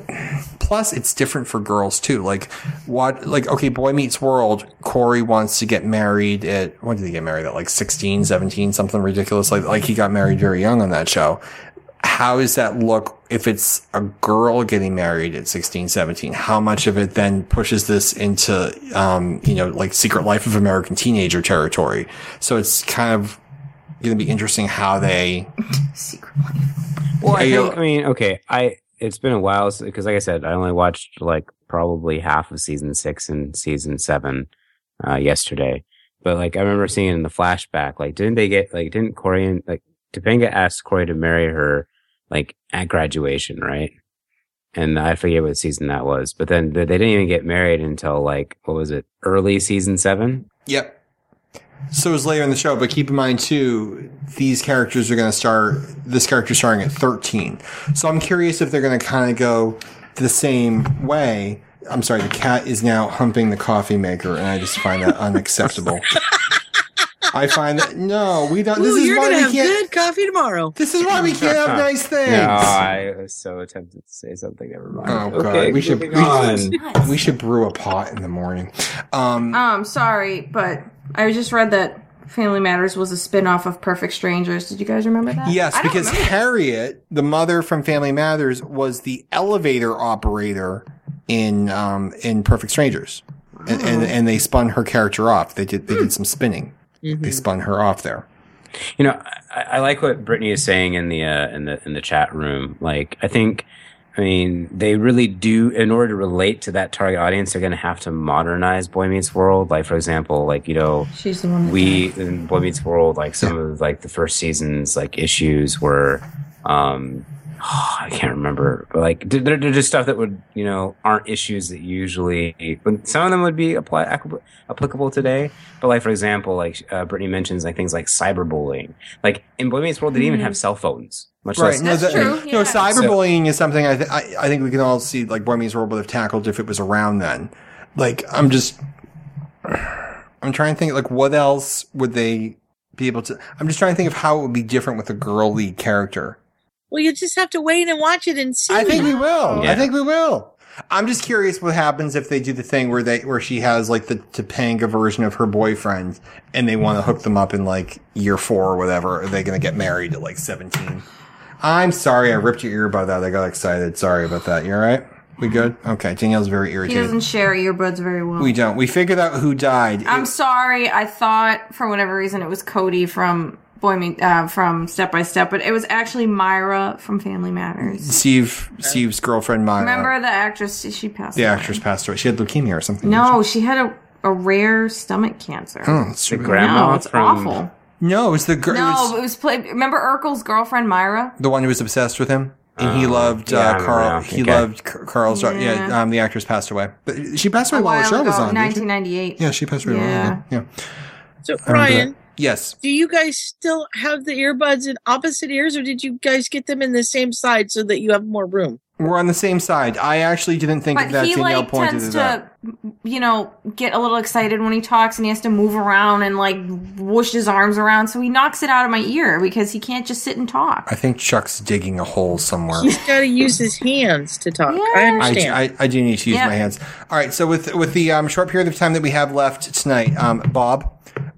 K: plus it's different for girls too. Like what, like, okay, Boy Meets World, Corey wants to get married at, when did he get married at? Like 16, 17, something ridiculous. Like, like he got married very young on that show. How does that look if it's a girl getting married at 16, 17? How much of it then pushes this into, um, you know, like Secret Life of American Teenager territory? So it's kind of going to be interesting how they,
D: Secret life.
B: Well, I,
K: Are you-
B: think, I mean, okay, I it's been a while because, like I said, I only watched like probably half of season six and season seven uh, yesterday. But like, I remember seeing it in the flashback. Like, didn't they get like? Didn't Corey and like Topanga asked Corey to marry her like at graduation, right? And I forget what season that was, but then they they didn't even get married until like what was it, early season seven?
K: yep.
A: So it's later in the show, but keep in mind too, these characters are going to start, this character starting at 13. So I'm curious if they're going to kind of go the same way. I'm sorry, the cat is now humping the coffee maker, and I just find that unacceptable. I find that, no, we don't, this
C: Ooh,
A: is
C: you're
A: why
C: gonna
A: we
C: have
A: can't,
C: good coffee tomorrow.
A: this is why we can't have nice things.
B: No, I was so tempted to say something. Never mind.
A: Oh god, we should we,
B: moving on.
A: should- we should brew a pot in the morning. Um,
D: Um, sorry, but I just read that Family Matters was a spin-off of Perfect Strangers. Did you guys remember that?
A: yes,
D: I don't
A: because
D: remember.
A: Harriet, the mother from Family Matters, was the elevator operator in um, in Perfect Strangers, and,
D: Oh.
A: and and they spun her character off. They did they
D: Hmm.
A: did some spinning.
D: Mm-hmm.
A: They spun her off there.
B: You know, I, I like what Brittany is saying in the uh, in the in the chat room. Like, I think, I mean, they really do. In order to relate to that target audience, they're going to have to modernize Boy Meets World. Like, for example, like you know,
D: she's the one. That
B: we in Boy Meets World, like some of like the first seasons, like issues were, um, I can't remember, but like they're, they're just stuff that would you know aren't issues that usually but some of them would be apply ac- applicable today. But like for example, like uh, Brittany mentions like things like cyberbullying. Like in Boy Meets World, they didn't even
A: Mm-hmm.
B: have cell phones, much less
A: No,
D: That's
A: that-
D: true,
A: No,
D: yeah.
A: cyberbullying is something I, th- I I think we can all see like Boy Meets World would have tackled if it was around then. Like I'm just I'm trying to think like what else would they be able to I'm just trying to think of how it would be different with a girl lead character.
C: Well, you just have to wait and watch it and see.
A: I think we will. I
B: Yeah.
A: think we will. I'm just curious what happens if they do the thing where they where she has like the Topanga version of her boyfriend and they want to hook them up in like year four or whatever. Are they going to get married at like 17? I'm sorry, I ripped your ear about that. I got excited. Sorry about that. You all right? We good? Okay. Danielle's very
D: He
A: irritated.
D: doesn't share earbuds very well.
A: we don't. We figured out who died.
D: I'm
A: It-
D: sorry. I thought for whatever reason it was Cody from Boy Me uh, from Step by Step, but it was actually Myra from Family Matters.
A: Steve, Steve's girlfriend, Myra.
D: Remember the actress? She passed.
A: the
D: away.
A: actress passed away. She had leukemia or something.
D: No, she had a, a rare stomach cancer.
A: Oh, that's
B: the
A: true.
B: grandma
D: no, it's
B: from
D: awful.
A: no, it was the girl.
D: No, but it was play. Remember Urkel's girlfriend Myra?
A: the one who was obsessed with him, and he
B: Oh,
A: loved
B: yeah, I
A: uh,
B: remember
A: Carl.
B: now.
A: He
B: Okay.
A: loved Car- Carl's. Yeah,
D: Yeah.
A: um, the actress passed away, but she passed
D: A
A: away while the
D: while
A: show was
D: ago,
A: on. didn't she?
D: 1998.
A: Yeah, she passed away. While
D: Yeah.
A: ago. yeah.
C: So,
A: I remember
C: Ryan,
A: that. Yes.
C: do you guys still have the earbuds in opposite ears, or did you guys get them in the same side so that you have more room?
A: We're on the same side. I actually didn't think of
D: But
A: that.
D: he
A: Danielle
D: like
A: pointed
D: tends
A: it out.
D: to, you know, get a little excited when he talks, and he has to move around and like whoosh his arms around, so he knocks it out of my ear because he can't just sit and talk.
A: I think Chuck's digging a hole
K: Uh,
A: somewhere.
C: He's got to use his hands to talk. I
D: Yeah.
A: I,
C: understand.
A: I, I do need to use
D: Yeah.
A: my hands. All right. So with with the um, short period of time that we have left tonight, um, Bob,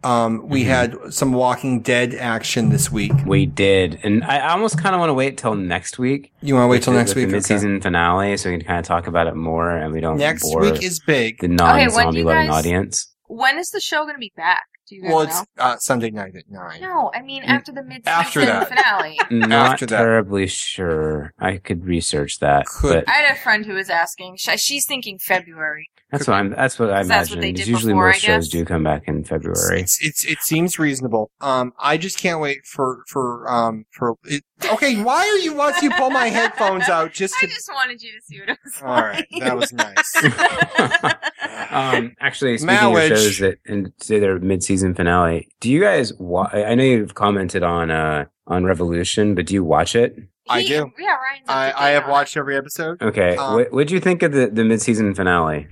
A: um, we had some Walking Dead action this week.
B: We did, and I I almost kind of want to wait till next week.
A: You want to wait till next week?
B: mid
A: Okay.
B: season finale, so we can kind of talk about it more, and we don't
A: Next
B: bore
A: week is big.
B: the non
D: when do
B: zombie
D: you
B: loving
D: guys-
B: audience.
D: When is the show going to be back? Do you guys
A: Well, it's uh, Sunday night at nine.
D: No, I mean after the mid
A: After
D: season
A: that.
D: finale.
B: Not
A: After that.
B: terribly sure. I could research that,
A: Could-
B: but
D: I had a friend who was asking. she- She's thinking February.
B: that's what I'm. That's what I
D: 'Cause that's what
B: imagine.
D: they did
B: Because usually
D: before,
B: most
D: I guess.
B: shows do come back in February.
A: It's, it's it seems reasonable. Um, I just can't wait for for um for. It, okay, why are you once you pull my headphones out just
D: I
A: to?
D: just wanted you to see what it was
A: All right, that was nice. Uh,
B: um, actually, speaking
A: Marriage.
B: of shows that and say their mid-season finale, do you guys? Wa- I I know you've commented on uh on Revolution, but do you watch it?
A: I
D: He-
A: do.
D: Yeah, Ryan's. up
A: I
D: to date
A: I have
D: on it.
A: watched every episode.
B: Okay,
A: Um,
B: what would you think of the the mid-season finale?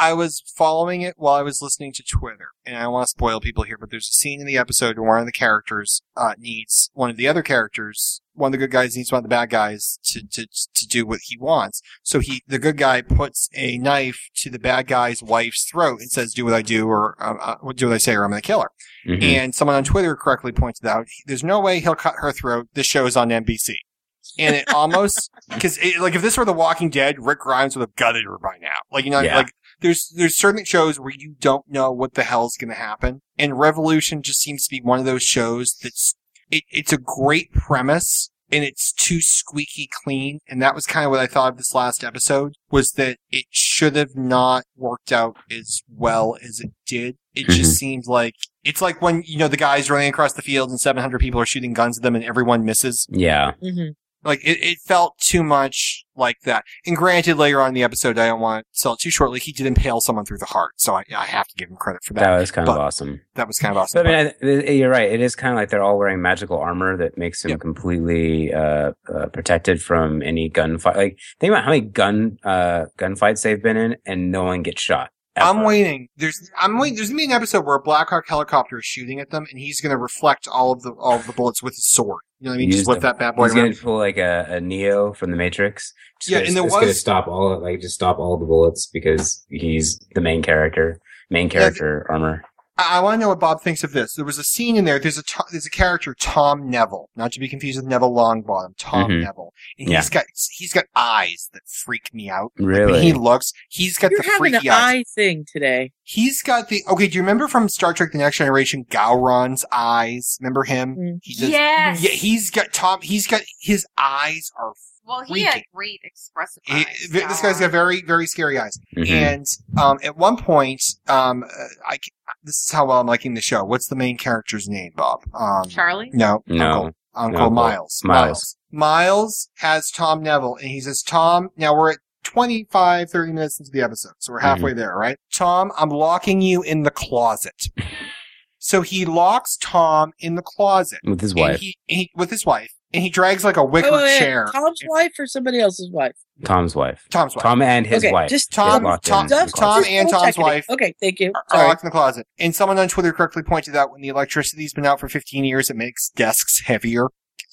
A: I was following it while I was listening to Twitter, and I don't want to spoil people here, but there's a scene in the episode where one of the characters uh, needs one of the other characters, one of the good guys needs one of the bad guys to to to do what he wants. So he, the good guy, puts a knife to the bad guy's wife's throat and says, "Do what I do, or um, uh, do what I say, or I'm going to kill her."
B: Mhm.
A: And someone on Twitter correctly pointed out, there's no way he'll cut her throat. This show is on NBC. And it almost, cause it, like if this were The Walking Dead, Rick Grimes would have gutted her by now. Like, you know,
B: Yeah.
A: like there's, there's certain shows where you don't know what the hell's going to happen. And Revolution just seems to be one of those shows that's, it, it's a great premise and it's too squeaky clean. And that was kind of what I thought of this last episode was that it should have not worked out as well as it did. It
B: Mm-hmm.
A: just seemed like it's like when you know the guys running across the field and 700 people are shooting guns at them and everyone misses.
B: yeah,
C: Mhm.
A: Like it, it felt too much like that. And granted, later on in the episode, I don't want to sell it too short. Like he did impale someone through the heart, so I, I have to give him credit for that.
B: That was kind
A: But-
B: of awesome.
A: That was kind of awesome.
B: But I mean, I, th- you're right. It is kind of like they're all wearing magical armor that makes them
A: Yep.
B: completely uh, uh, protected from any gunfight. Like think about how many gun uh, gunfights they've been in, and no one gets shot.
A: I'm
B: ever.
A: waiting. There's I'm waiting. There's gonna be an episode where a Blackhawk helicopter is shooting at them, and he's gonna reflect all of the all of the bullets with his sword. You know what I mean?
B: Use
A: Just whip
B: the-
A: that bad boy.
B: He's gonna
A: Around.
B: pull like a, a Neo from the Matrix. Just
A: Yeah,
B: gonna,
A: and there
B: just gonna
A: was-
B: stop all like just stop all the bullets because he's the main character, main
A: Yeah, th-
B: character armor.
A: I, I want to know what Bob thinks of this. There was a scene in there. There's a to- there's a character Tom Neville, not to be confused with Neville Longbottom. Tom
B: Mhm.
A: Neville, and
B: Yeah.
A: he's got he's got eyes that freak me out. When
B: Really?
A: he looks, he's got
C: You're
A: the
C: having an
A: freaky eyes.
C: eye thing today.
A: He's got the okay. Do you remember from Star Trek: The Next Generation, Gowron's eyes? Remember him?
C: Mm.
A: He just-
D: Yes.
A: Yeah, he's got Tom. He's got his eyes are
D: well, he had
A: freaking-
D: great expressive
A: He,
D: eyes,
A: th- this guy's got
D: Gowron.
A: very, very scary eyes.
B: Mhm.
A: And um, at one point, um, uh, I c- this is how well I'm liking the show. What's the main character's name, Bob? Um,
D: Charlie.
A: no,
B: No.
A: Uncle, Uncle
B: Uncle.
A: Miles.
B: Miles.
A: Miles has Tom Neville, and he says, Tom, now we're at 25, 30 minutes into the episode, so we're halfway
B: Mm-hmm.
A: there, right? Tom, I'm locking you in the closet. so he locks Tom in the closet.
B: with his
A: And
B: wife,
A: he- he- with his wife. And he drags like a wicker
C: Wait, wait, wait.
A: chair.
C: Tom's wife or somebody else's wife?
B: Tom's wife,
A: Tom's wife.
B: Tom and his
C: Okay,
B: wife.
C: just-
B: get
A: Tom-
B: locked
A: Tom-
B: in the
C: Just-
B: closet.
A: Tom and
C: just double
A: Tom's
C: checking it.
A: wife.
C: Okay, thank you.
A: are- are
C: Sorry.
A: locked in the closet. And someone on Twitter correctly pointed out when the electricity's been out for 15 years, it makes desks heavier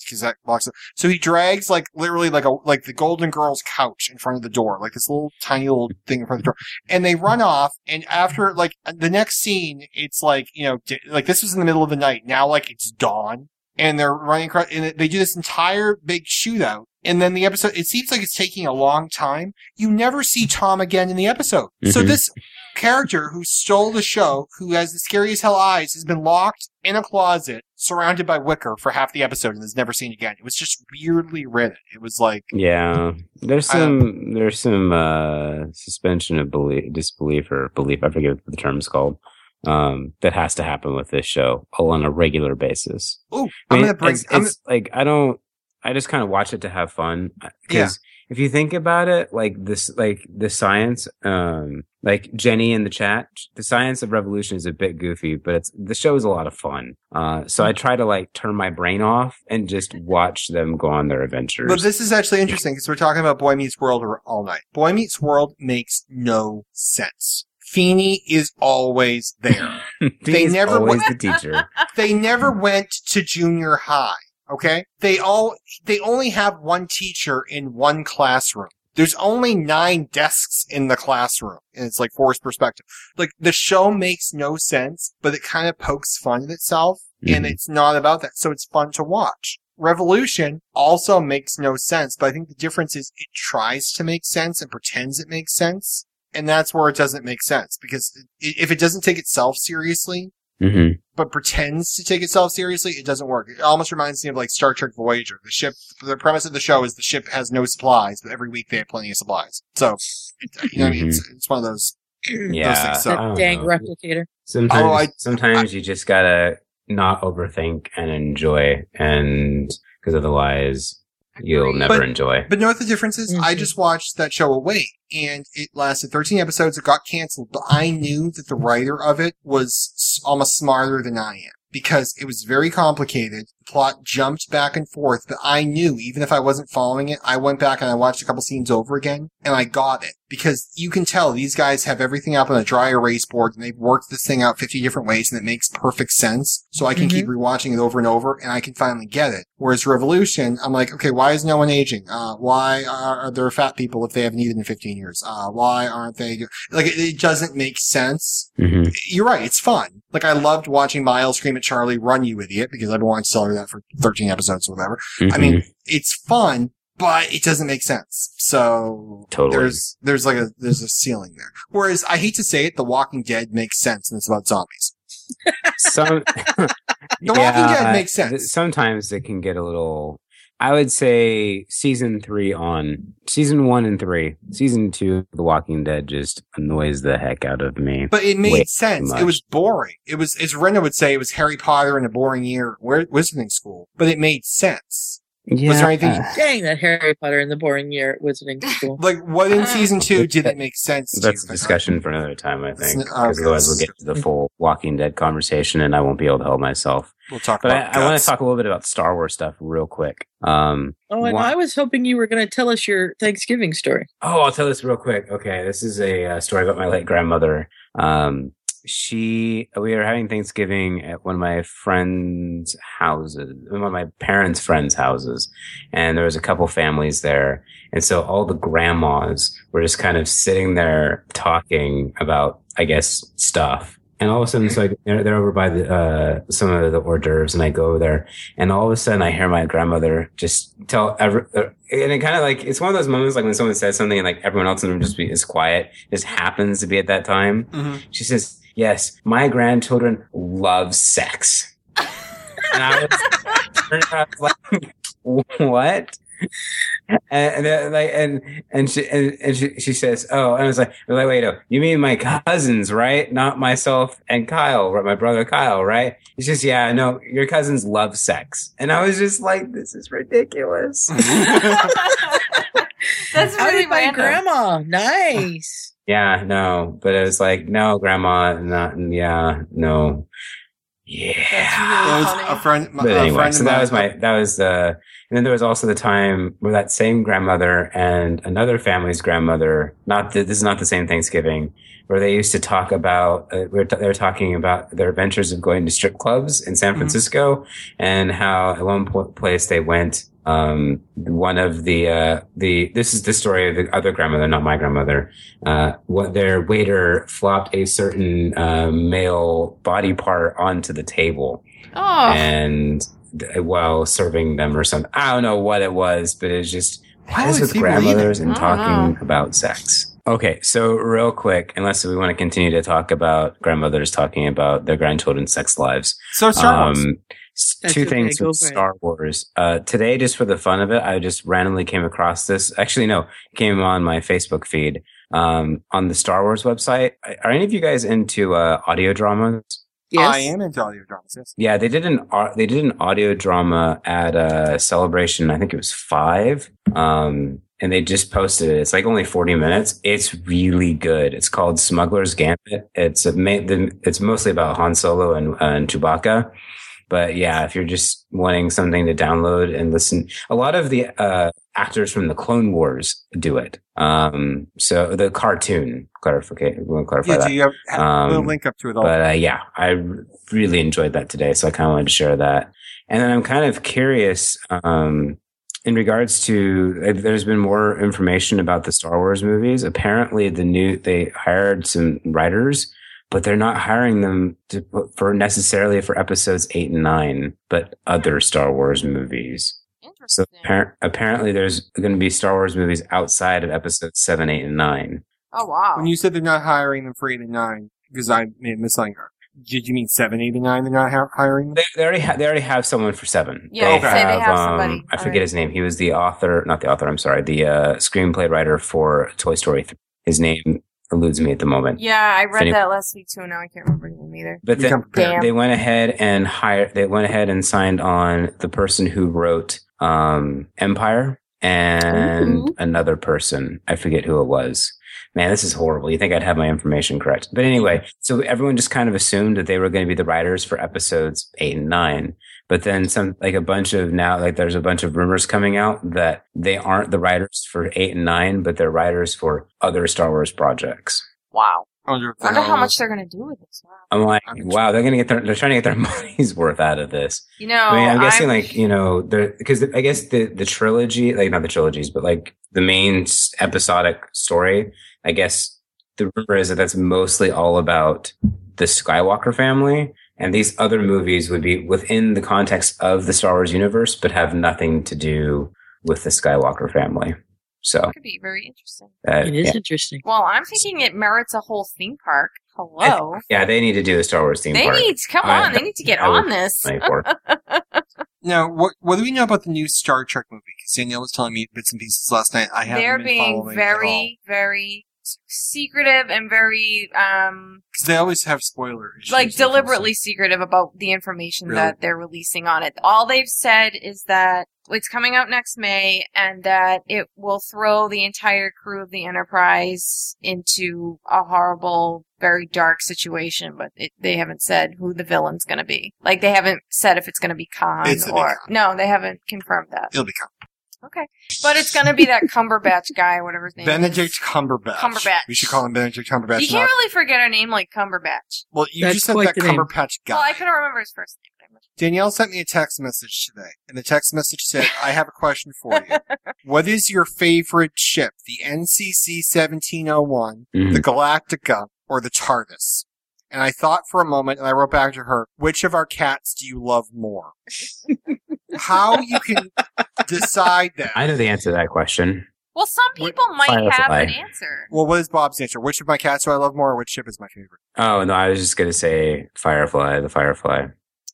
A: because that locks it. So he drags like literally like a like the Golden Girls couch in front of the door, like this little tiny little thing in front of the door, and they run off. And after like the next scene, it's like you know di- like this was in the middle of the night. Now like it's dawn, and they're running across, and they do this entire big shootout. And then the episode, it seems like it's taking a long time. You never see Tom again in the episode. So
B: Mhm.
A: this character who stole the show, who has the scariest hell eyes, has been locked in a closet surrounded by wicker for half the episode and is never seen again. It was just weirdly written. It was like,
B: Yeah, there's
A: I-
B: some there's some uh, suspension of belief, disbelief or belief. I forget what the term's called. Um, that has to happen with this show all on a regular basis.
A: ooh,
B: I
A: I'm
B: mean,
A: gonna bring.
B: it's,
A: I'm
B: it's like I don't. I just kind of watch it to have fun.
A: Yeah.
B: Because if you think about it, like this, like the science, um, like Jenny in the chat, the science of revolution is a bit goofy, but it's the show is a lot of fun. Uh, so I
A: Mm.
B: try to like turn my brain off and just watch them go on their adventures.
A: But this is actually interesting because we're talking about Boy Meets World or- all night. Boy Meets World makes no sense. Feeney is always there.
B: Dee's
A: never
B: always the teacher.
A: they never went to junior high. Okay, they all they only have one teacher in one classroom. There's only nine desks in the classroom, and it's like forced perspective. Like the show makes no sense, but it kind of pokes fun at itself, and
B: Mhm.
A: it's not about that, so it's fun to watch. Revolution also makes no sense, but I think the difference is it tries to make sense and pretends it makes sense, and that's where it doesn't make sense because i- if it doesn't take itself seriously,
B: hmm
A: but pretends to take itself seriously, it doesn't work. It almost reminds me of like Star Trek Voyager. The ship, the premise of the show is the ship has no supplies, but every week they have plenty of supplies. So, you know, what I mean? it's, it's one of those. Those
B: Yeah. Oh.
A: things suck.
B: I don't
C: That dang
B: know.
C: replicator.
B: Sometimes,
A: Oh, I-
B: sometimes you just gotta not overthink and enjoy, and because otherwise you'll
D: Agreed.
B: never
A: But-
B: enjoy.
A: But know what the difference is? I
C: Mhm.
A: just watched that show Awake, and it lasted 13 episodes. It got canceled, but I knew that the writer of it was s- almost smarter than I am because it was very complicated. The plot jumped back and forth, but I knew even if I wasn't following it, I went back and I watched a couple scenes over again, and I got it because you can tell these guys have everything up on a dry erase board, and they've worked this thing out 50 different ways, and it makes perfect sense. So I can
C: Mhm.
A: keep rewatching it over and over, and I can finally get it. Whereas Revolution, I'm like, okay, why is no one aging? Uh, why are, are there fat people if they haven't eaten in 15 years? Uh, why aren't they do- like? It, it doesn't make sense.
B: Mhm.
A: You're right. It's fun. Like I loved watching Miles scream at Charlie, "Run, you idiot!" because I've been wanting to tell her that for 13 episodes or whatever.
B: Mm-hmm.
A: I mean, it's fun, but it doesn't make sense. So
B: Totally.
A: there's there's like a there's a ceiling there. Whereas I hate to say it, The Walking Dead makes sense, and it's about zombies.
B: Mhm. some
A: The Walking Dead makes sense.
B: th- Sometimes it can get a little. I would say season three on season one and three, season two, of The Walking Dead just annoys the heck out of me.
A: But it made
B: way
A: sense.
B: much.
A: It was boring. It was, as Rena would say, it was Harry Potter in a boring year, wi- wizarding school. But it made sense.
B: Yeah. uh,
A: Was there anything?
C: Dang, that Harry Potter and the boring year at Wizarding School.
A: Like, what
B: Ah.
A: in season two didn't make sense? to
B: That's a
A: you? uh,
B: discussion for another time, I think.
A: It's- oh,
B: Because otherwise, we'll
A: yes.
B: get to the full Walking Dead conversation, and I won't be able to help myself.
A: We'll talk
B: But
A: about.
B: I, I want
A: guts.
B: to talk a little bit about Star Wars stuff real quick. Um,
C: Oh, and
B: Why-
C: I was hoping you were going to tell us your Thanksgiving story.
B: oh, I'll tell this real quick. Okay, this is a uh, story about my late grandmother. Um, she, we were having Thanksgiving at one of my friends' houses, one of my parents' friends' houses, and there was a couple families there. And so all the grandmas were just kind of sitting there talking about, I guess, stuff. And all of a sudden, so I, they're, they're over by the, uh, some of the hors d'oeuvres and I go over there and all of a sudden I hear my grandmother just tell every, uh, and it kind of like, it's one of those moments like when someone says something and like everyone else in the room just be, is quiet, just happens to be at that time.
A: Mhm.
B: She says, yes, my grandchildren love sex. and I was, I was like, what? And, and then, like and and she and, and she, she says, "Oh," and I was like, I was like, "Wait, no, you mean my cousins, right? Not myself and Kyle, right? My brother Kyle, right?" It's just, "Yeah, no, your cousins love sex," and I was just like, "This is ridiculous."
D: That's
C: Out
D: really
C: of my
D: random.
C: grandma. Nice.
B: yeah, no, but it was like, "No, Grandma, not yeah, no, yeah."
D: That's really
A: That was
D: funny.
A: a friend. My,
B: but
A: a
B: anyway,
A: friend
B: so
A: of
B: that
A: mine-
B: was my that was uh and then there was also the time where that same grandmother and another family's grandmother not the, this is not the same Thanksgiving where they used to talk about uh, we were t- they were talking about their adventures of going to strip clubs in San
A: Mhm.
B: Francisco and how at one po- place they went um one of the uh the this is the story of the other grandmother not my grandmother uh what their waiter flopped a certain uh male body part onto the table
D: Oh,
B: and th- while serving them or something. I don't know what it was, but it's just
A: Why
B: why is
A: would
B: with
A: people eat it?
B: grandmothers and
D: I don't
B: talking about sex. Okay, so real quick, unless we want to continue to talk about grandmothers talking about their grandchildren's sex lives.
A: so Star Wars.
B: Um, s-
C: That's
B: two
C: okay,
B: things
C: go
B: with
C: for it.
B: Star Wars. Uh, today, just for the fun of it, I just randomly came across this. Actually, no, it came on my Facebook feed um, on the Star Wars website. Are any of you guys into uh, audio dramas?
A: I am into audio dramas. Yes.
B: Yeah, they did an au- they did an audio drama at a celebration. I think it was five, um, and they just posted it. It's like only forty minutes. It's really good. It's called Smuggler's Gambit. It's a ma- the, it's mostly about Han Solo and uh, and Chewbacca. But yeah, if you're just wanting something to download and listen, a lot of the uh, actors from the Clone Wars do it. Um, so the cartoon clarification. We want to clarify
A: Yeah.
B: that.
A: Do you have, have a little
B: Um,
A: link up to it all?
B: But uh, yeah, I r- really enjoyed that today, so I kind of wanted to share that. And then I'm kind of curious um, in regards to uh, there's been more information about the Star Wars movies. Apparently, the new they hired some writers, but they're not hiring them to, for necessarily for episodes eight and nine, but other Star Wars movies. So
D: interesting.
B: appar- apparently, there's going to be Star Wars movies outside of episodes seven, eight, and nine.
D: oh wow.
A: When you said they're not hiring them for eight and nine, because I may have mislined. Did you mean seven, eight, and nine? They're not ha- hiring them.
B: They, they already ha- they already have someone for seven. um,
D: Yeah,
A: I'd say
D: they have somebody
B: I forget
D: already.
B: his name. He was the author, not the author. I'm sorry, the uh, screenplay writer for Toy Story. 3. His name eludes me at the moment.
D: yeah, I read
B: any-
D: that last week too. Now I can't remember the name either.
B: But
A: You
B: then
A: come prepared.
D: Damn.
B: they went ahead and hired. They went ahead and signed on the person who wrote um, Empire and another person. I forget who it was. Man, this is horrible. You think I'd have my information correct? But anyway, so everyone just kind of assumed that they were going to be the writers for episodes eight and nine. But then some, like a bunch of now, like there's a bunch of rumors coming out that they aren't the writers for eight and nine, but they're writers for other Star Wars projects.
D: Wow.
A: I wonder, if
D: I wonder
A: they're
D: how
A: all-
D: much they're gonna do with this. Wow.
B: I'm like,
A: I'm tr-
B: wow, they're gonna get their, they're trying to get their money's worth out of this.
D: You know,
B: I mean, I'm guessing like you know, because I guess the the trilogy, like not the trilogies, but like the main s- episodic story. I guess the rumor is that that's mostly all about the Skywalker family, and these other movies would be within the context of the Star Wars universe, but have nothing to do with the Skywalker family. So,
D: could be very interesting.
B: uh,
C: It is
B: yeah.
C: interesting.
D: Well, I'm thinking it merits a whole theme park. Hello.
B: yeah, they need to do the Star Wars theme
D: They
B: park.
D: need to come
B: I-
D: on. They need to get
B: I would
D: on this.
B: Like, or-
A: Now, what what do we know about the new Star Trek movie? Because Danielle was telling me bits and pieces last night. I haven't
D: They're
A: been
D: being
A: following
D: very, very secretive and very um
A: because they always have spoilers.
D: like deliberately secretive about the information
A: Really?
D: that they're releasing on it. All they've said is that it's coming out next May, and that it will throw the entire crew of the Enterprise into a horrible, very dark situation. But it, they haven't said who the villain's going to be. Like they haven't said if it's going to be Khan
A: It's gonna be
D: or no, they haven't confirmed that.
A: It'll be Cum-
D: Okay, but it's going to be that Cumberbatch guy, whatever his name.
A: Benedict Cumberbatch.
D: Cumberbatch.
A: We should call him Benedict
D: Is.
A: Cumberbatch.
D: You can't
A: not-
D: really forget a name like Cumberbatch.
A: well, you
C: That's
A: just said
C: quite
A: that
C: the name.
A: Cumberbatch guy.
D: Well, I couldn't remember his first name.
A: Danielle sent me a text message today, and the text message said, I have a question for you. What is your favorite ship? The NCC 1701, the
B: Mhm.
A: Galactica, or the TARDIS? And I thought for a moment, and I wrote back to her, which of our cats do you love more? How you can decide that?
B: I know the answer to that question.
D: Well, some
A: What-
D: people might have
B: Firefly.
D: an answer.
A: Well, what is Bob's answer? Which of my cats do I love more, or which ship is my favorite?
B: Oh no, I was just gonna say Firefly, the Firefly.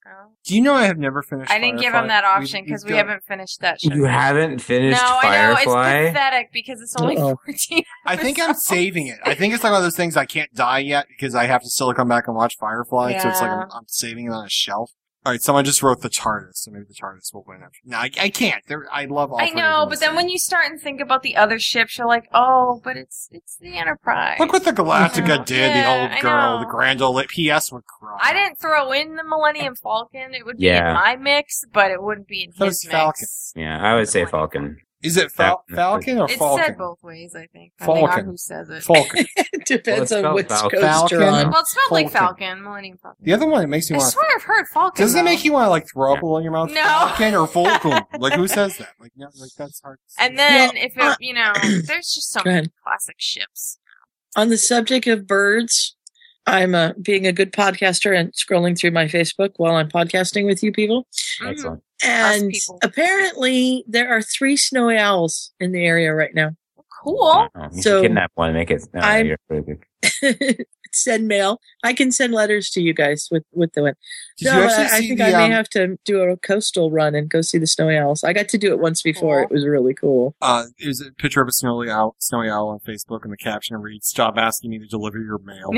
D: Oh.
A: Do you know I have never finished
D: I didn't give
A: Firefly?
D: him that
A: We've-
D: option because
A: we've
D: we
A: done-
D: haven't finished that show.
B: You haven't
D: No,
B: finished
D: I know it's
B: Firefly.
D: pathetic because it's only
F: Uh-oh.
D: fourteen.
A: I think I'm
D: episodes.
A: saving it. I think it's like one of those things I can't die yet because I have to still come back and watch Firefly. So it's like I'm, I'm saving it on a shelf. All right, someone just wrote the TARDIS, so maybe the TARDIS will win. After. No, I, I can't. There, I love all. three
D: I
A: of
D: know,
A: them
D: but
A: the
D: then
A: same.
D: when you start and think about the other ships, you're like, oh, but it's it's the Enterprise.
A: look what the
D: I
A: Galactica
D: know.
A: did,
D: Yeah,
A: the
D: I
A: old girl,
D: know.
A: the grand old P.S. would cry.
D: I didn't throw in the Millennium Falcon. It would be
B: Yeah.
D: in my mix, but it wouldn't be in
A: So
D: his
A: it's Falcon.
D: mix.
B: Yeah, I would say Falcon.
A: Is it Fal-
B: That-
A: Falcon or
D: It's
A: Falcon?
D: said both ways, I think. I
A: Falcon.
D: think who says it.
A: Falcon.
F: It depends
B: Well, it's
F: on
B: spelled
F: which
B: Falcon.
F: coast you're
A: Falcon.
F: on.
D: Well, it smelled like
A: Falcon.
D: Falcon, Millennium Falcon.
A: The other one that makes me
D: I
A: want.
D: swear I've heard Falcon.
A: Doesn't it make
D: though.
A: you want to like throw up a little in your mouth?
D: No.
A: Falcon or Falcon? like who says that? Like no, like that's hard. to say.
D: And then
F: Well,
D: if
F: uh,
D: it, you know, there's just so
C: Go
D: many
C: ahead.
D: classic ships.
C: on the subject of birds, I'm uh, being a good podcaster and scrolling through my Facebook while I'm podcasting with you people.
D: Mhm.
B: Excellent.
C: And
D: people.
C: apparently, there are three snowy owls in the area right now.
D: Cool.
B: Wow. Oh, You
C: So-
B: should kidnap one, and make it. No,
C: I'm-
B: you're pretty good.
C: send mail. I can send letters to you guys with with the one.
A: Did
C: no,
A: you
C: but
A: actually
C: I, I
A: see
C: think
A: the,
C: I may
A: um,
C: have to do a coastal run and go see the snowy owls. I got to do it once before.
D: Cool.
C: It was really cool.
A: Uh, it was a picture of a snowy owl, snowy owl on Facebook, and the caption reads, "Stop asking me to deliver your mail."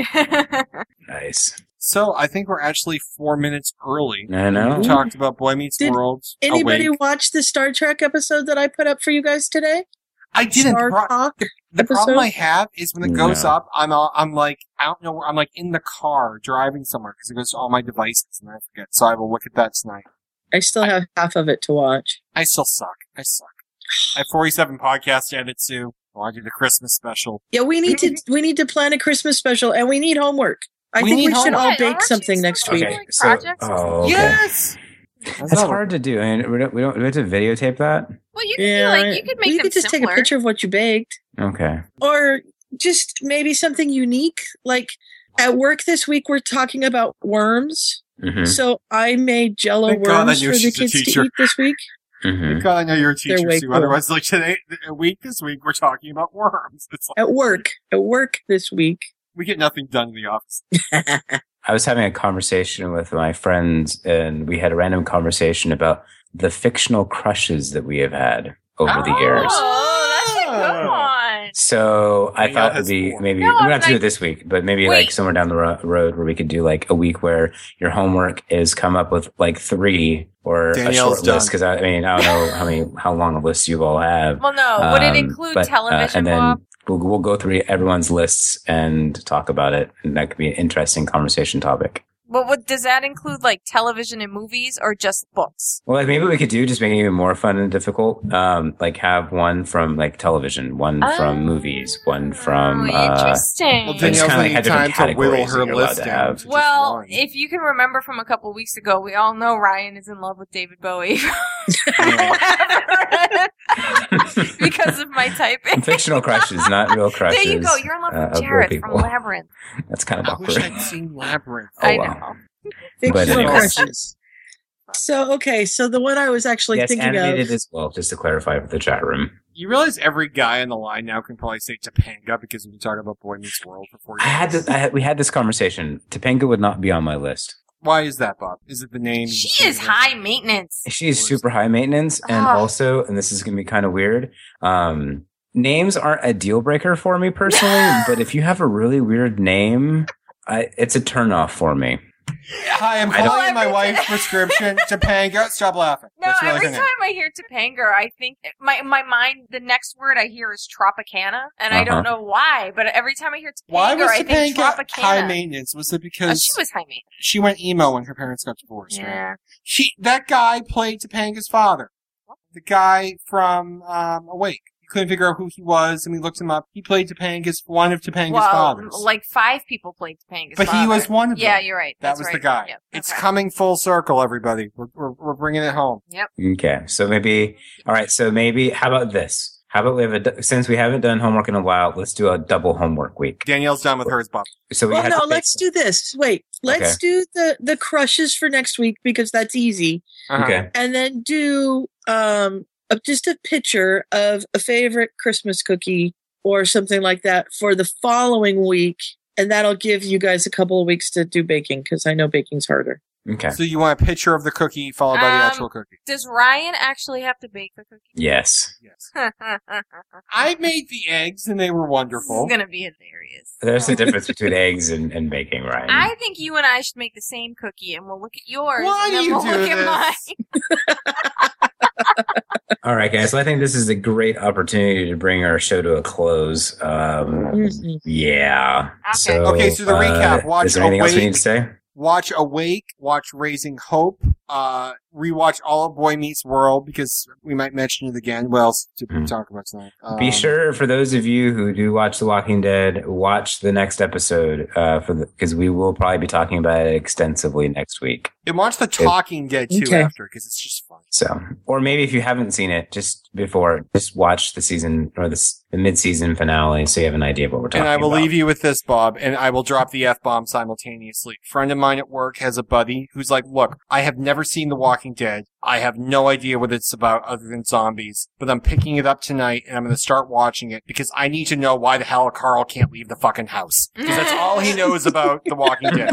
B: Nice.
A: so I think we're actually four minutes early.
B: I know.
A: We talked about Boy Meets
C: Did
A: World.
C: Anybody
A: Awake.
C: watch the Star Trek episode that I put up for you guys today?
A: I didn't.
C: Star
A: Pro-
C: Talk.
A: the problem
C: episode?
A: I have is when it goes
B: No.
A: up, I'm all, I'm like I don't know. where- I'm like in the car driving somewhere because it goes to all my devices and I forget. So I will look at that tonight.
C: I still have half of it to watch.
A: I still suck. I suck. I have 47 podcasts to edit to. Oh, I want to do the Christmas special.
C: Yeah, we need to we need to plan a Christmas special, and we need homework. I
A: We
C: think
A: need
C: we should all
D: homework.
C: bake
D: Aren't you
C: something
D: supposed
C: next
D: to
C: week.
D: like projects or
B: oh,
D: something?
B: okay.
A: Yes.
B: That's
C: Oh.
B: hard to do. I mean, we don't. We don't. We have to videotape that.
D: Well, you could
C: Yeah,
D: be
C: I-
D: like you could make
C: well, you
D: them
C: could just
D: simpler.
C: take a picture of what you baked,
B: Okay.
C: or just maybe something unique. Like at work this week, we're talking about worms,
B: hmm
C: so I made Jello
A: Thank God I
C: worms
A: knew
C: for the
A: she's a
C: kids to
A: teacher.
C: eat this week.
B: hmm
A: God, I know you're a
C: They're
A: teacher,
C: way
A: Sue.
C: cool.
A: Otherwise, like today, a week this week, we're talking about worms. It's like
C: At work, at work this week.
A: we get nothing done in the office.
B: I was having a conversation with my friends, and we had a random conversation about the fictional crushes that we have had over the years.
D: Oh, that's a good one.
B: So I
A: Hang out
B: thought it'd
A: as
B: be
A: four.
B: maybe
D: No,
B: we're
D: I'm
B: not doing
D: like-
B: it this week, but maybe
D: Wait.
B: like somewhere down the ro- road where we could do like a week where your homework is come up with like three or
A: Danielle's
B: a short
A: done.
B: list because I, I mean I don't know how many how long a list you all have.
D: Well, no. Would it
B: Um,
D: include
B: but, uh,
D: television,
B: and then
D: Bob?
B: We'll, we'll go through everyone's lists and talk about it, and that could be an interesting conversation topic.
D: But what does that include? Like television and movies, or just books?
B: Well, like maybe we could do just making it even more fun and difficult. Um, like have one from like television, one
D: Oh,
B: from movies, one from uh,
D: interesting.
A: Well,
B: then
A: Danielle's
B: Danielle's
A: not
B: kinda like
A: need
B: had
A: time
B: different
A: to wiggle
B: categories
A: her
B: that you're allowed
A: list
B: to
A: down.
B: have.
A: to just
D: well,
A: one.
D: if you can remember from a couple weeks ago, we all know Ryan is in love with David Bowie because of my typing.
B: fictional crushes, not real crushes.
D: There you go. You're in love
B: uh, of
D: with
B: real
D: Jared from
B: people.
D: Labyrinth.
B: That's kind of
A: I wish
B: awkward.
A: I'd seen Labyrinth.
B: Oh,
D: I know.
B: wow. But
C: Fictional
B: anyways.
C: crushes. So okay, so the one I was actually
B: yes,
C: thinking of.
B: animated as well. Just to clarify for the chat room.
A: You realize every guy on the line now can probably say Topanga because we've been talking about Boy Meets World for four years.
B: I had this. I had, we had this conversation. Topanga would not be on my list.
A: Why is that, Bob? Is it the name?
D: She is high maintenance.
B: She is super high maintenance, and
D: Ah.
B: also, and this is going to be kind of weird. Um, names aren't a deal breaker for me personally, but if you have a really weird name, I, it's a turnoff for me.
A: Hi, I'm
B: I
A: calling in my wife's prescription. Topanga, stop laughing.
D: No,
A: That's really
D: every
A: her
D: time
A: name.
D: I hear Topanga, I think my my mind the next word I hear is Tropicana, and I don't
B: Uh-huh.
D: know why, but every time I hear Topanga,
A: Why was
D: I think
A: Topanga
D: Tropicana.
A: high maintenance? Was it
D: Oh,
A: because
D: she was high maintenance.
A: she went emo when her parents got divorced? right?
D: Yeah.
A: She that guy played Topanga's father. The guy from um, Awake. You couldn't figure out who he was, and we looked him up. He played Topanga's one of Topanga's
D: Well,
A: fathers.
D: like five people played Topanga's
A: But he
D: father.
A: was one of
D: Yeah,
A: them.
D: you're right.
A: that
D: That's
A: was the
D: right.
A: guy.
D: Yep.
A: It's
D: okay.
A: coming full circle, everybody. We're, we're, we're bringing it home.
B: Okay, so maybe all right. So maybe how about this? How about we have a du- since we haven't done homework in a while, let's do a double homework week.
A: Danielle's done with hers, Bob.
B: So we
C: well,
B: had
C: Oh, no,
B: to pick-
C: let's do this. Wait,
B: Okay.
C: let's do the the crushes for next week because that's easy,
A: Uh-huh.
B: okay.
C: and then do um a, just a picture of a favorite Christmas cookie or something like that for the following week, and that'll give you guys a couple of weeks to do baking because I know baking's harder.
B: Okay.
A: So you want a picture of the cookie followed by the
D: Um,
A: actual cookie?
D: Does Ryan actually have to bake the cookie?
B: Yes.
A: Yes.
D: this
A: I made the eggs, and they were wonderful.
D: is gonna be hilarious.
B: There's a difference between eggs and, and baking, right?
D: I think you and I should make the same cookie, and we'll look at yours,
A: Why
D: and then
A: do you
D: we'll
A: do
D: look
A: this?
D: at mine.
B: All right, guys. So I think this is a great opportunity to bring our show to a close. Um,
A: Mm-hmm.
C: Mhm.
B: yeah.
D: Okay.
B: So,
A: Okay, so the
B: uh,
A: recap, watch
B: Is there anything else we
A: Awake.
B: need to say?
A: watch Awake, watch Raising Hope, uh, rewatch all of Boy Meets World because we might mention it again. What else to
B: Hmm.
A: talk about tonight?
B: Be
A: Um,
B: sure for those of you who do watch The Walking Dead, watch the next episode uh, for because we will probably be talking about it extensively next week.
A: And watch The Talking Dead too
C: Okay.
A: after because it's just fun.
B: So, or maybe if you haven't seen it just before, just watch the season or the, s- the mid-season finale so you have an idea of what we're
A: And
B: talking about.
A: I will leave you with this, Bob, and I will drop the F bomb simultaneously. Friend of mine at work has a buddy who's like, Look, I have never seen The Walking Dead. I have no idea what it's about other than zombies, but I'm picking it up tonight and I'm going to start watching it because I need to know why the hell Carl can't leave the fucking house. Because that's all he knows about The Walking Dead.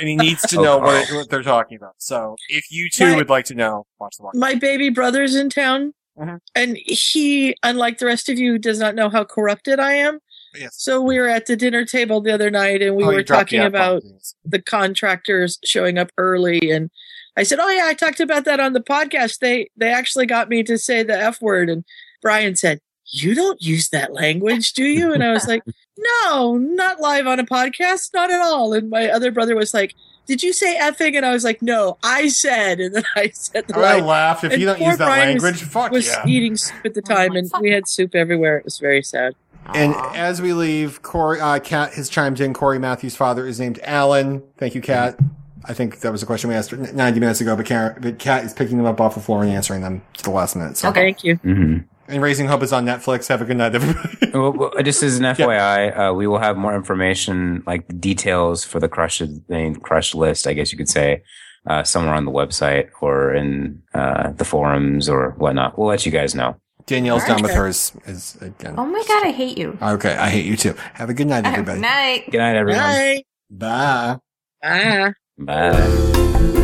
A: And he needs to
B: Oh,
A: know
B: Carl.
A: what, what they're talking about. So if you too
C: Right.
A: would like to know, watch The Walking
C: My baby brother's in town,
A: Mhm.
C: and he, unlike the rest of you, does not know how corrupted I am.
A: Dead. Yes.
C: So we were at the dinner table the other night, and we
A: Oh, you
C: were
A: dropped the
C: talking
A: F bomb.
C: about the contractors showing up early and I said, "Oh yeah, I talked about that on the podcast. They they actually got me to say the F word." And Brian said, "You don't use that language, do you?" And I was like, "No, not live on a podcast, not at all." And my other brother was like, "Did you say effing?" And I was like, "No, I said." And then I said the
A: Oh, I
C: line.
A: laugh. If
C: And
A: you don't
C: poor
A: use that
C: Brian was-
A: language, fuck
C: Was
A: yeah.
C: eating soup at the
D: Oh,
C: time,
D: my
C: and we had soup everywhere. It was very sad.
A: And
D: Aw.
A: as we leave, Corey, uh, Kat has chimed in. Corey Matthews' father is named Alan. Thank you, Kat. I think that was a question we asked n- 90 minutes ago, but Kat, but Kat is picking them up off the floor and answering them to the last minute. So.
C: Thank you.
B: hmm
A: And Raising Hope is on Netflix. Have a good night, everybody.
B: well, well, just as an FYI, uh, we will have more information, like the details for the crush thing, crush list, I guess you could say, uh, somewhere on the website or in uh, the forums or whatnot. We'll let you guys know.
A: Danielle's done with
C: Okay.
A: hers is again.
D: Oh my god, I hate you.
A: Okay, I hate you too. Have a good night,
D: Good
A: everybody.
D: night.
B: Good night, everyone.
C: Bye.
A: Bye.
C: Bye.
B: Bye.
A: Bye.